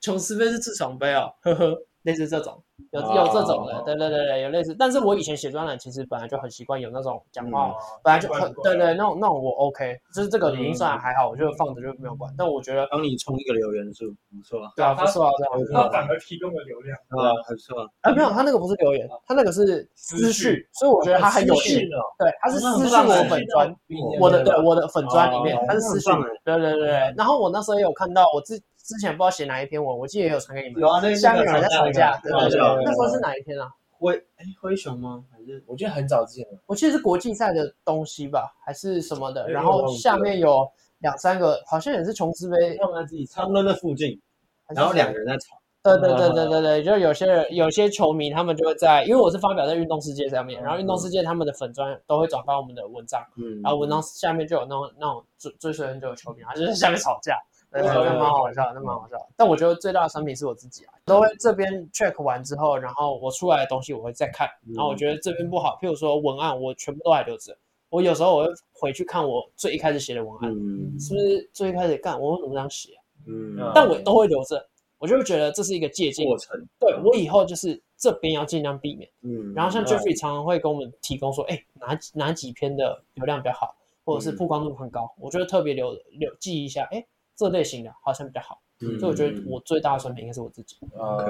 S1: 琼斯杯是自爽杯哦，呵呵，类似这种，有有这种的，对对对对，有类似。但是我以前写专栏，其实本来就很习惯有那种讲话，
S4: 嗯
S1: 本来就很对对，那种那种我 OK，就是这个已经算还好，我就放着就没有管。但我觉得
S2: 帮你冲一个留言数，不错啊，
S1: 对啊，不错啊，对啊不错
S4: 他
S1: 啊。
S4: 反而提供了流量，
S2: 还不错啊。
S1: 啊，没有，他那个不是留言，他那个是私
S4: 私讯
S1: 讯，所以我觉得他很有
S3: 私
S1: 趣
S3: 讯哦。
S1: 对，他是私讯
S3: 啊
S1: 我粉专，我的对我的粉砖里面，它是私
S3: 啊
S1: 信，对对对。
S2: 嗯
S1: 对然后我那时候也有看到，我之之前不知道写哪一篇文，我记得也有传给你们。
S2: 有啊，那
S1: 下面有人在吵架，对对对。
S2: 那
S1: 对那时候是哪一篇啊？
S2: 灰哎灰熊吗？还是
S3: 我觉得很早之前了，
S1: 我记得是国际赛的东西吧，还是什么的。
S3: 对
S1: 然
S3: 我
S1: 后
S3: 忘记
S1: 下面有两三个，好像也是琼斯杯，
S3: 他们自己
S2: 差
S3: 唱
S2: 不多那附近？
S1: 还是
S2: 然后两个人在吵，
S1: 对对对对对对，就有些人有些球迷他们就会在，因为我是发表在运动世界上面，然后运动世界他们的粉砖都会转发我们的文章，
S2: 嗯
S1: 啊然后文章下面就有那种那种追追随很久的球迷，然后就在下面吵架，对，嗯那蛮好笑的，那蛮好笑的。但我觉得最大的商品是我自己啊，都会这边 check 完之后，然后我出来的东西我会再看，然后我觉得这边不好，譬如说文案我全部都还留着，我有时候我会回去看我最一开始写的文案，
S2: 嗯
S1: 是不是最一开始干我为什么这样写啊、
S2: 嗯，
S1: 但我都会留着，我就会觉得这是一个借鉴，
S2: 过程，
S1: 对我以后就是这边要尽量避免。
S2: 嗯，
S1: 然后像
S3: 嗯
S1: Jeffrey 常常会跟我们提供说，哎、哪几哪几篇的流量比较好，或者是
S2: 嗯
S1: 曝光度很高，我就会特别留留记一下，哎、这类型的好像比较好。
S2: 嗯
S1: 所以我觉得我最大的产品应该是我自己。
S2: OK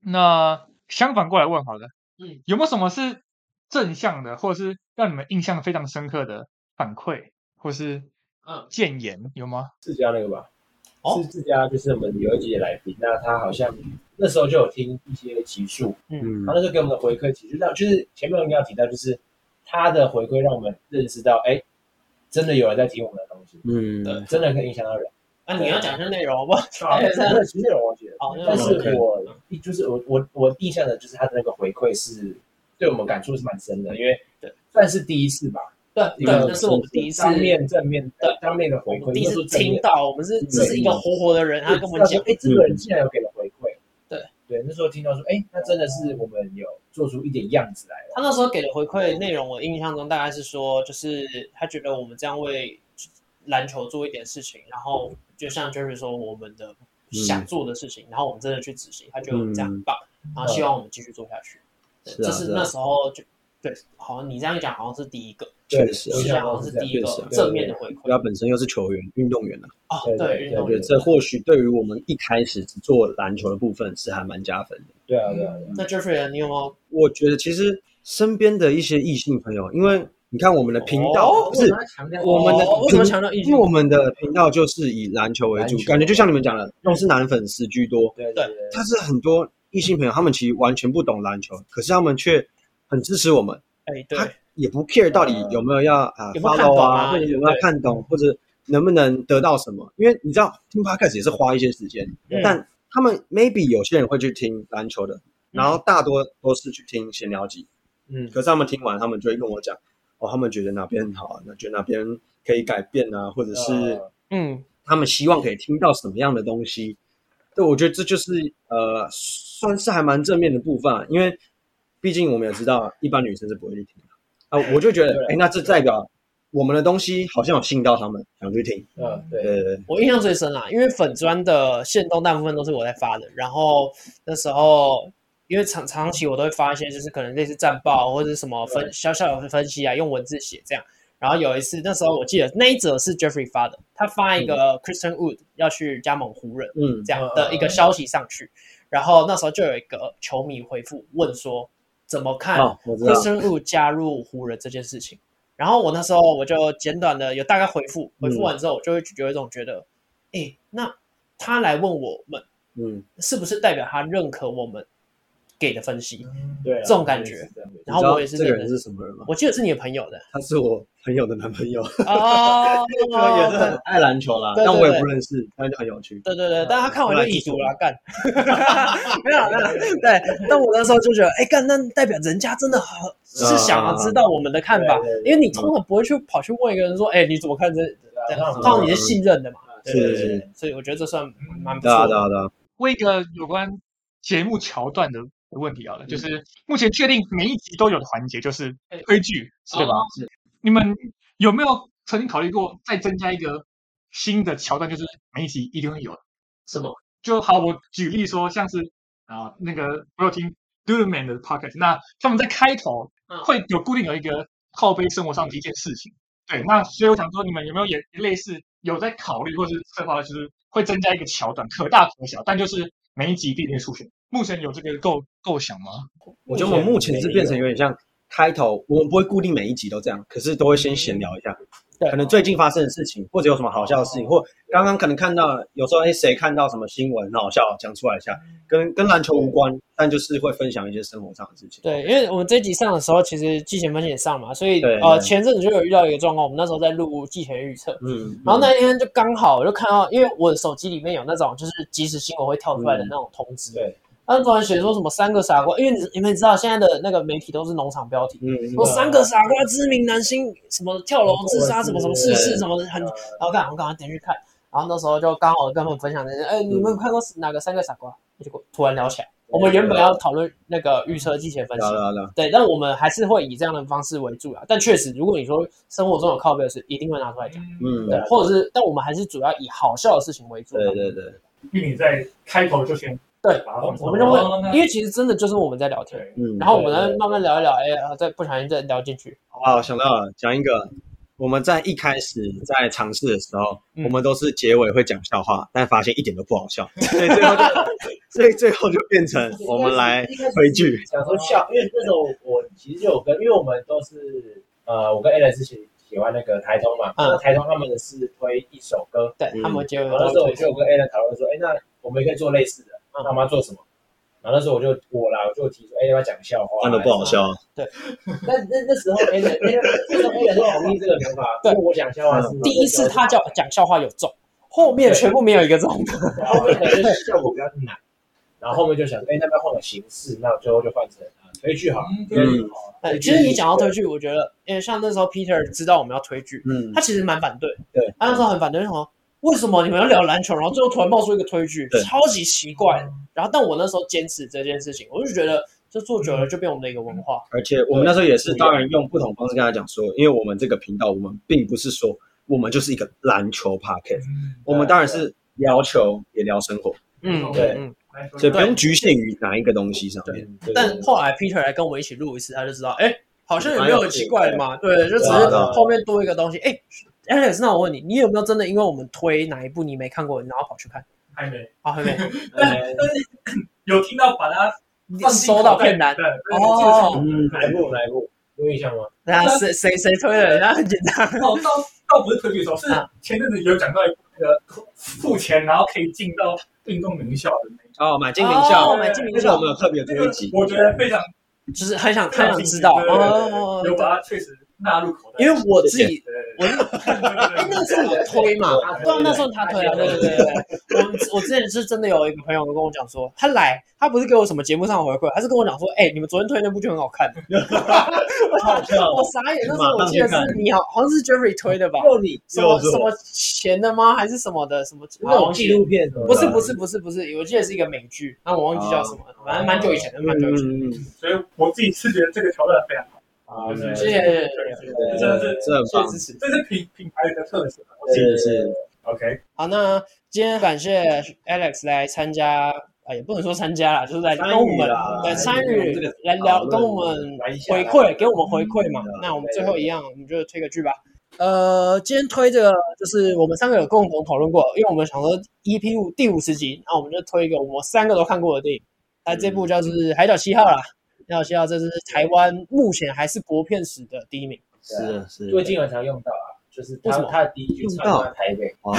S4: 那相反过来问好了，
S1: 嗯，
S4: 有没有什么是正向的，或者是让你们印象非常深刻的反馈，或是
S1: 嗯
S4: 谏言，有吗？
S3: 自家那个吧，
S1: 哦
S3: 是自家，就是我们有一集的来宾，那他好像那时候就有听一些集数，
S2: 嗯
S3: 他那时候给我们的回馈，其实让就是前面我们有提到，就是他的回馈让我们认识到，哎，真的有人在听我们的东西，
S2: 嗯
S3: 对，真的可以影响到人。
S1: 那、啊你要讲一下内容好不好？
S3: 啊，
S1: 对
S3: 那其实有忘记了，
S1: 好，那
S3: 但
S1: 种
S3: 是
S2: OK
S3: 我就是我我我印象的就是他的那个回馈是对我们感触是蛮深的，因为
S1: 对
S3: 算是第一次吧，
S1: 对
S3: 一
S1: 对，
S3: 个
S1: 那是我们第一次，
S3: 当面正面
S1: 对
S3: 当面的回
S1: 我
S3: 馈，
S1: 们第一
S3: 应该
S1: 次
S3: 说正面
S1: 听到，我们是这是一个活活的人，他跟我们讲，嗯
S3: 哎，这个人竟然有给了回馈。
S1: 对
S3: 对，那时候听到说，哎，那真的是我们有做出一点样子来了。
S1: 他那时候给的回馈内容，我印象中大概是说，就是他觉得我们这样为篮球做一点事情，然后就像 Jerry 说，我们的想做的事情，然后我们真的去执行，他觉得我们这样很棒，然后希望我们继续做下去。对
S2: 是啊
S1: 这是
S2: 是啊
S1: 那时候就对，好像你这样讲好像是第一个，
S2: 确实啊
S1: 我
S3: 对
S1: 想好像是第一
S2: 确实
S1: 个
S2: 啊
S1: 正面的回
S2: 他
S1: 馈
S2: 本身又是球员、运动员啊，
S1: 哦，
S3: 对对
S1: 对，运
S2: 我
S1: 动
S2: 觉
S1: 员
S2: 得这或许对于我们一开始只做篮球的部分是还蛮加分的。
S3: 对啊，对啊，对啊
S1: 那 Jeffrey，你有没有？
S2: 我觉得其实身边的一些异性朋友，因为你看我们的频道
S1: 哦
S2: 不是我们的
S1: 哦为什么强调异
S2: 因
S1: 性
S2: 为？我们的频道就是以篮球为主
S3: 篮，球
S2: 感觉就像你们讲的，都是男粉丝居多。
S3: 对
S1: 对
S3: 对对
S2: 但是很多异性朋友，他们其实完全不懂篮球，可是他们却很支持我们，
S1: 哎，对，
S2: 他也不 care 到底有没有要啊
S1: 嗯有没有看懂
S2: follow
S1: 啊
S2: 啊，或者有没有
S1: 对
S2: 看懂，或者能不能得到什么？因为你知道听 podcast 也是花一些时间，
S1: 嗯
S2: 但他们 maybe 有些人会去听篮球的，然后大多都是去听闲聊集。
S3: 嗯
S2: 可是他们听完，他们就会跟我讲，哦，他们觉得哪边好啊，那觉得哪边可以改变啊，或者是
S3: 呃
S1: 嗯，
S2: 他们希望可以听到什么样的东西。对，我觉得这就是呃，算是还蛮正面的部分、啊，因为毕竟我们也知道，一般女生是不会去听的啊。我就觉得，哎，那这代表我们的东西好像有吸引到他们，想去听。
S3: 嗯，
S2: 对
S3: 对，
S2: 对对，
S1: 我印象最深啦，啊因为粉砖的线动大部分都是我在发的，然后那时候因为长长期我都会发一些就是可能类似战报或者是什么分小小的分析啊，用文字写这样。然后有一次那时候我记得那一则是 Jeffrey 发的，他发一个 Christian Wood 要去加盟湖人
S2: 嗯，
S1: 这样的一个消息上去，然后那时候就有一个球迷回复问说怎么看
S2: 好，我知道
S1: c h r i s，t i a n Wood 加入湖人这件事情。然后我那时候我就简短的有大概回复，回复完之后我就会有一种觉得，哎、那他来问我们
S2: 嗯，
S1: 是不是代表他认可我们给的分析？
S3: 对啊
S1: 这种感觉
S3: 是这样的
S1: 然后我也
S2: 你
S1: 是
S2: 知道这
S1: 认
S2: 个人
S1: 真
S2: 是什么人吗？
S1: 我记得是你的朋友的
S2: 他是我朋友的男朋友，
S1: 哦，
S2: 也是很 爱篮球啦，
S1: 对对
S2: 但我也
S1: 对
S2: 不认识，但就很有趣。
S1: 对对对，但他看完就已读了，干， 没有没有，对。但我那时候就觉得，哎，干，那代表人家真的很是想要知道我们的看法，
S3: 对对对
S1: 因为你通常不会去跑去问一个人说，哎，你怎么看这？
S3: 对啊
S1: 通常你是信任的嘛，对对
S2: 是
S1: 对
S2: 是，
S1: 所以我觉得这算蛮不
S2: 对啊
S1: 错
S2: 对
S1: 的。
S2: 啊对啊，
S4: 问一个有关节目桥段的问题好了，就是目前确定每一集都有的环节就是推剧，嗯对哦吧？你们有没有曾经考虑过再增加一个新的桥段，就是每一集一定会有的？什么？就好，我举例说，像是啊那个我有听 d u d Man 的 Pocket，那他们在开头会有固定有一个靠背生活上的一件事情。对，那所以我想说，你们有没有也类似有在考虑或是策划，就是会增加一个桥段，可大可小，但就是每一集必定会出现。目前有这个构构想吗？
S2: 我觉得我们目前是变成有点像开头，我们不会固定每一集都这样，可是都会先闲聊一下，可能最近发生的事情，或者有什么好笑的事情，或刚刚可能看到有时候哎谁看到什么新闻很好笑，讲出来一下，
S1: 嗯
S2: 跟跟篮球无关，但就是会分享一些生活上的事情。
S1: 对，因为我们这一集上的时候，其实季前分析也上嘛，所以
S2: 对
S1: 呃
S2: 对
S1: 前阵子就有遇到一个状况，我们那时候在录季前预测，
S2: 嗯，
S1: 然后那一天就刚好我就看到，因为我的手机里面有那种就是即时新闻会跳出来的那种通知，
S2: 对，
S1: 他就突然写说什么三个傻瓜，因为你你们知道现在的那个媒体都是农场标题，
S2: 嗯，嗯
S1: 说三个傻瓜知名男星什么跳楼自杀什么什么逝世什么的，很然后看我赶快点去看，然后那时候就刚好跟他们分享这些，哎，你们看过哪个三个傻瓜？结果突然聊起来，我们原本要讨论那个预测季前分析
S2: 聊，聊聊，
S1: 对，但我们还是会以这样的方式为主啊。但确实，如果你说生活中有靠背的事，一定会拿出来讲，
S2: 嗯，
S1: 对，或者是，但我们还是主要以好笑的事情为主啊。
S2: 对对对，
S4: 因为你在开头就先
S1: 对
S4: 把它放上
S1: 我们就会
S4: 哦那，
S1: 因为其实真的就是我们在聊天，
S4: 对，
S2: 嗯，
S1: 然后我们再慢慢聊一聊，哎，啊再不小心再聊进去，
S2: 啊，想到了，讲一个，我们在一开始在尝试的时候，
S1: 嗯
S2: 我们都是结尾会讲笑话，但发现一点都不好笑， 所以最后就，所以最后就变成我们来回剧，
S6: 想说笑，因为那时候我其实就有跟，因为我们都是呃，我跟 Alan 是喜喜欢那个台中嘛，
S1: 嗯
S6: 那台中他们的是推一首歌，
S1: 对
S2: 嗯
S1: 他们结尾
S6: 然后那时候
S1: 都
S6: 我就有跟 Alan 讨论说，哎，那我们也可以做类似的，
S1: 嗯
S6: 那我们要做什么？然后那时候我就我啦，我就提出，哎，要不要讲笑话？
S2: 真的不好。笑。
S6: 那那那时候 Alan Alan 那时候 Alan 就同意这个想法，
S1: 对
S6: 因为我讲笑话是
S1: 第一次他叫讲笑话有中，后面全部没有一个中 的。
S6: 然后面可能就是效果比较难，然后后面就想，哎，那要不要换个形式？那最后就换成啊推剧好了，哦
S4: 嗯，对，
S2: 嗯
S1: 哎，其实你讲到推剧，我觉得，因为像那时候 Peter 知道我们要推剧，
S2: 嗯，
S1: 他其实蛮反对，
S2: 对，
S1: 他那时候很反对，就说为什么你们要聊篮球，然后最后突然冒出一个推剧
S2: 对，
S1: 超级奇怪。
S4: 嗯
S1: 然后，但我那时候坚持这件事情，我就觉得这做
S6: 嗯
S1: 久了就变我们的一个文化。
S2: 而且我们那时候也是，当然用不同方式跟他讲说，因为我们这个频道，我们并不是说我们就是一个篮球 p o c k e t 我们当然是聊球也聊生活，
S1: 嗯，
S6: 对
S1: 嗯。
S2: 所以不用局限于哪一个东西上面。
S6: 对
S1: 但后来 Peter 来跟我一起录一次，他就知道，哎，好像也没有很奇怪的嘛，对，就只
S2: 对
S1: 是
S2: 啊对啊
S1: 后面多一个东西。哎，Alex，那我问你，你有没有真的因为我们推哪一部你没看过，然后跑去看？
S4: 还没
S1: 啊， 还没
S4: 有听到把它放进
S1: 收到
S4: 口袋
S1: 片单
S4: 对，对
S1: 哦，
S2: 嗯，
S6: 哪一部哪一部有印象吗？
S1: 那啊谁谁谁推的？人家很简单。
S4: 哦，倒倒不是推剧手，是
S1: 啊
S4: 前阵子有讲到一部那个付钱然后可以进到运动名校的那一
S2: 哦，买进名校
S1: 哦，买进名
S2: 那是
S1: 校
S2: 我们有特别
S4: 那
S2: 做
S4: 个
S2: 一集，，
S4: 我觉得非常
S1: 就是很想很想知道
S4: 对对对对
S1: 哦，
S4: 有把它确实纳入口袋，
S1: 因为我自己
S4: 对对
S1: 我是哎，那是我推嘛， 对啊，那时候他推啊，对对对对，我我之前是真的有一个朋友跟我讲说，他来他不是给我什么节目上的回馈，他是跟我讲说，哎，你们昨天推那部剧很好看，
S2: 好笑
S1: 我傻眼，那时候我记得是你好好像是 Jeffrey 推的吧，
S6: 又你
S1: 什么
S2: 又是我
S1: 什么钱的吗？还是什么的什么？
S6: 那种纪录片什么的
S1: 不是不是不是不是，我记得是一个美剧，那我忘记叫什么，反正蛮久以前的，蛮久以前的。
S2: 嗯，
S4: 所以我自己是觉得这个挑战非常好，
S6: 啊，
S4: 就是
S1: 谢谢谢谢谢谢
S4: 这真的是
S2: 这很
S1: 谢谢
S2: 棒
S1: 支，持。
S4: 这是品品牌的特色。我自己
S2: 是是，
S4: OK，
S1: 好，那今天感谢 Alex 来参加，啊，也不能说参加啦，就是来跟我们来参与
S2: 这个
S1: 来聊，
S2: 讨论
S1: 跟我们
S6: 玩一下
S1: 回馈，给我们回馈嘛
S2: 嗯。
S1: 那我们最后一样，我们就推个剧吧。呃，今天推这个就是我们三个有共同讨论过，因为我们想说 EP 五第五十集，那我们就推一个我们三个都看过的电影。那这
S2: 嗯
S1: 部叫是《海角七号》啦，《海角七号》这是台湾目前还是国片史的第一名。
S2: 是的是的
S6: 最近很常用到啊，就是
S1: 为
S6: 他
S1: 什么
S6: 他的第一句唱到台北，
S2: 哇，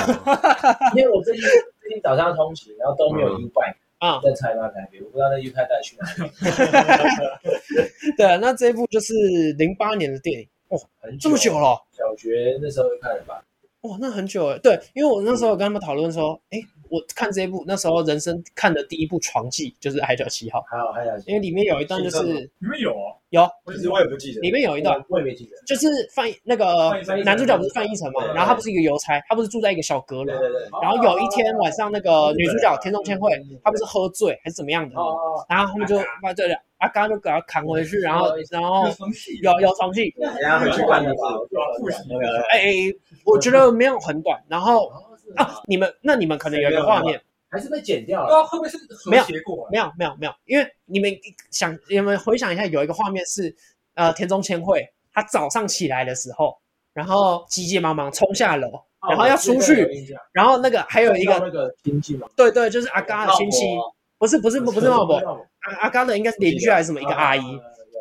S6: 因为我最近最近早上通勤，然后都没有 U bike，
S1: 啊
S6: 在台湾台北，我不知道那 U bike 带去哪里，
S1: 对啊，那这部就是零八年的电影，
S6: 很
S1: 这么久，了哦。
S6: 小学那时候就看了吧，
S1: 哇，那很久哎，对，因为我那时候有跟他们讨论说，哎，我看这一部，那时候人生看的第一部床戏就是《海角七号》，
S6: 还有还有
S1: 因为里面有一段就
S2: 是
S1: 是
S4: 你们有哦，
S1: 有，
S2: 其实我也不记得
S1: 里面有一段
S6: 我也没记得，
S1: 就是范那个
S4: 范逸臣
S1: 男主角不是范逸臣嘛，
S6: 对
S1: 然后他不是一个邮差，他不是住在一个小阁楼
S6: 对，哦对对，
S1: 然后有一天晚上那个女主角田中千惠，她不是喝醉还是怎么样的，
S6: 嗯哦哦，
S1: 然后他们就把这俩阿嘎就给他扛回去，然后然后
S4: 有什么戏？
S1: 有有床戏，
S2: 等一下回去看的吧。
S4: 复习
S2: 那个
S1: 哎，我觉得没有很短，然后啊，你们那你们可能有一个画面。
S6: 还是被剪掉
S4: 不知
S6: 了，
S4: 道会不会是和谐过啊？
S1: 没有没有没有，因为你们想你们回想一下，有一个画面是呃田中千惠，她早上起来的时候，然后急急忙忙冲下楼，然后要出去，然后那个还有一
S6: 个
S1: 个
S6: 那个经济嘛，
S1: 对对，就是阿嘎的亲戚，不是不是不不是茂博，阿阿嘎的应该是邻居还是什么一个阿姨，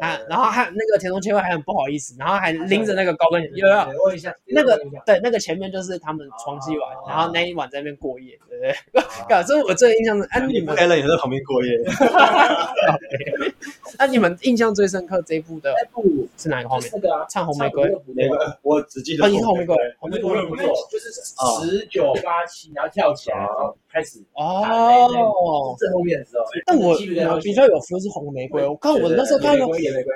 S1: 啊，然后还那个田中千惠还很不好意思，然后还拎着那个高跟鞋，又要
S3: 对问一下
S1: 那个对，那个前面就是他们床戏完，然后那一晚在那边过夜，对不对？搞，这是我最印象的。啊，你们
S2: a l 也在旁边过夜，
S1: 啊，你们印象最深刻这一部的
S3: 那部
S1: 是哪个画面
S3: 就是？那个啊，
S1: 唱红
S3: 红
S1: 玫瑰。
S2: 那个我只记得
S1: 啊，你是红玫瑰。
S3: 红玫瑰不错，就是十九八七，然后跳起来，然后开始
S1: 哦，
S3: 正后面的时候，
S1: 但我
S3: 七个
S1: 我比较有 feel 是红玫瑰。我看我那时候看到
S3: 玫瑰野玫瑰，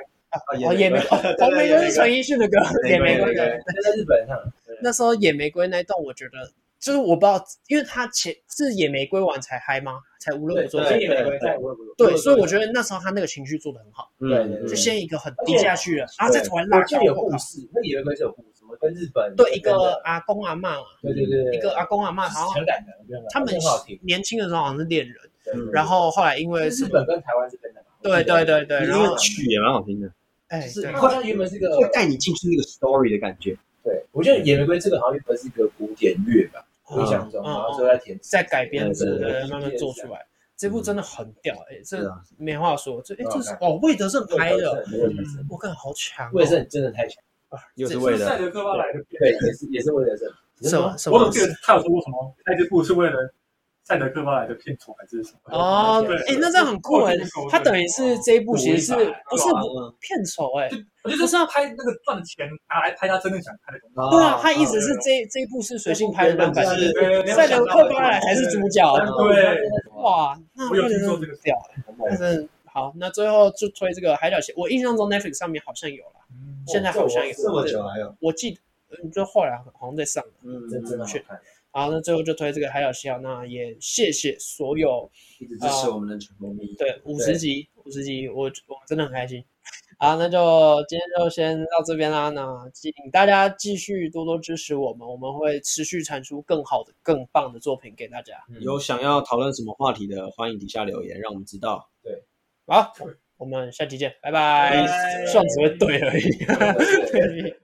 S1: 哦，野玫瑰，红玫瑰是陈奕迅的歌，野玫瑰。
S3: 那在日本嗯上，
S1: 那时候野玫瑰那一段，我觉得就是我不知道，因为他前是野玫瑰完才嗨吗？才无论我做
S3: 左
S1: 什
S3: 边
S1: 么
S3: 野玫瑰，在我也不
S1: 对，所以我觉得那时候他那个情绪做的很好，
S2: 嗯，
S1: 就
S2: 嗯
S1: 先一个很低下去了，然后再突然拉
S3: 我记
S1: 高
S3: 得有。
S1: 我
S3: 故
S1: 靠
S3: 事，那野玫瑰是有故事，我跟日本
S1: 对，一个阿公阿妈，
S3: 对对对嗯
S1: 一个阿公阿妈，然后
S3: 很感人，
S1: 他们
S3: 很好听。
S1: 年轻的时候好像是恋人，
S2: 嗯
S1: 然后后来因为什
S3: 日
S1: 么
S3: 本？跟台湾这边的嘛，
S1: 对对对对，
S2: 因
S1: 然
S2: 为
S1: 后
S2: 曲也蛮好听的，
S1: 哎，
S3: 是
S1: 对
S3: 好像原本是一个
S2: 会带你进去那个 story 的感觉。
S3: 对，我觉得野玫瑰这个好像原本是一个古典乐吧，
S1: 嗯
S3: 印象中，
S1: 嗯
S3: 然后之后再填词，
S1: 再改编之
S2: 对对
S1: 类
S3: 对
S1: 慢慢做出来。这部真的很屌，哎，这
S2: 是啊
S1: 没话说，这哎
S3: 很好
S1: 这是
S3: 看
S1: 哦，魏德胜拍的，
S3: 魏德胜，
S1: 我感好强哦，
S3: 魏德胜真的太强，
S2: 又是
S1: 这
S2: 为
S4: 是
S2: 了
S4: 赛德克巴莱的片。
S3: 对，也是也是魏德胜，
S1: 什么什
S4: 我
S1: 么
S4: 总记得他有说过什么，那这部是为了赛德克巴莱的片酬还是什么？
S1: 哦，
S4: 对
S1: 哎，那这样很酷哎
S4: 我听说，
S1: 他等于是这一部其实是
S3: 故意吧
S1: 不是
S2: 嗯
S1: 片酬哎？
S4: 我觉得就是要拍那个赚的钱拿来拍他真的想拍的东西。
S1: 对啊，他
S4: 哦
S1: 一直是这这一部是随性拍的
S2: 原
S1: 版
S2: 本
S1: 本，
S2: 就是
S1: 赛德克巴莱才是主角。
S4: 对，
S1: 哇，那
S4: 我有
S1: 魏德
S4: 听说
S1: 胜
S4: 这个
S1: 屌哎，但是好，那最后就推这个海角线，我印象中 Netflix 上面好像有了，现在好像有，
S2: 这么久还有，
S1: 我记得。嗯，就后来好像在上了。
S2: 嗯
S3: 真真的好
S1: 去
S3: 看，
S1: 好，那最后就推这个《海角七号》，那也谢谢所有
S2: 一直支
S1: 啊
S2: 持我们的主播咪。
S1: 对，五十集，五十集，我我真的很开心。好，那就今天就先到这边啦。那请大家继续多多支持我们，我们会持续产出更好的、更棒的作品给大家。
S2: 有想要讨论什么话题的，欢迎底下留言，让我们知道。
S1: 好，我们下期见，拜拜。
S4: 拜
S1: 算只会对而已。
S3: 对对对
S1: 对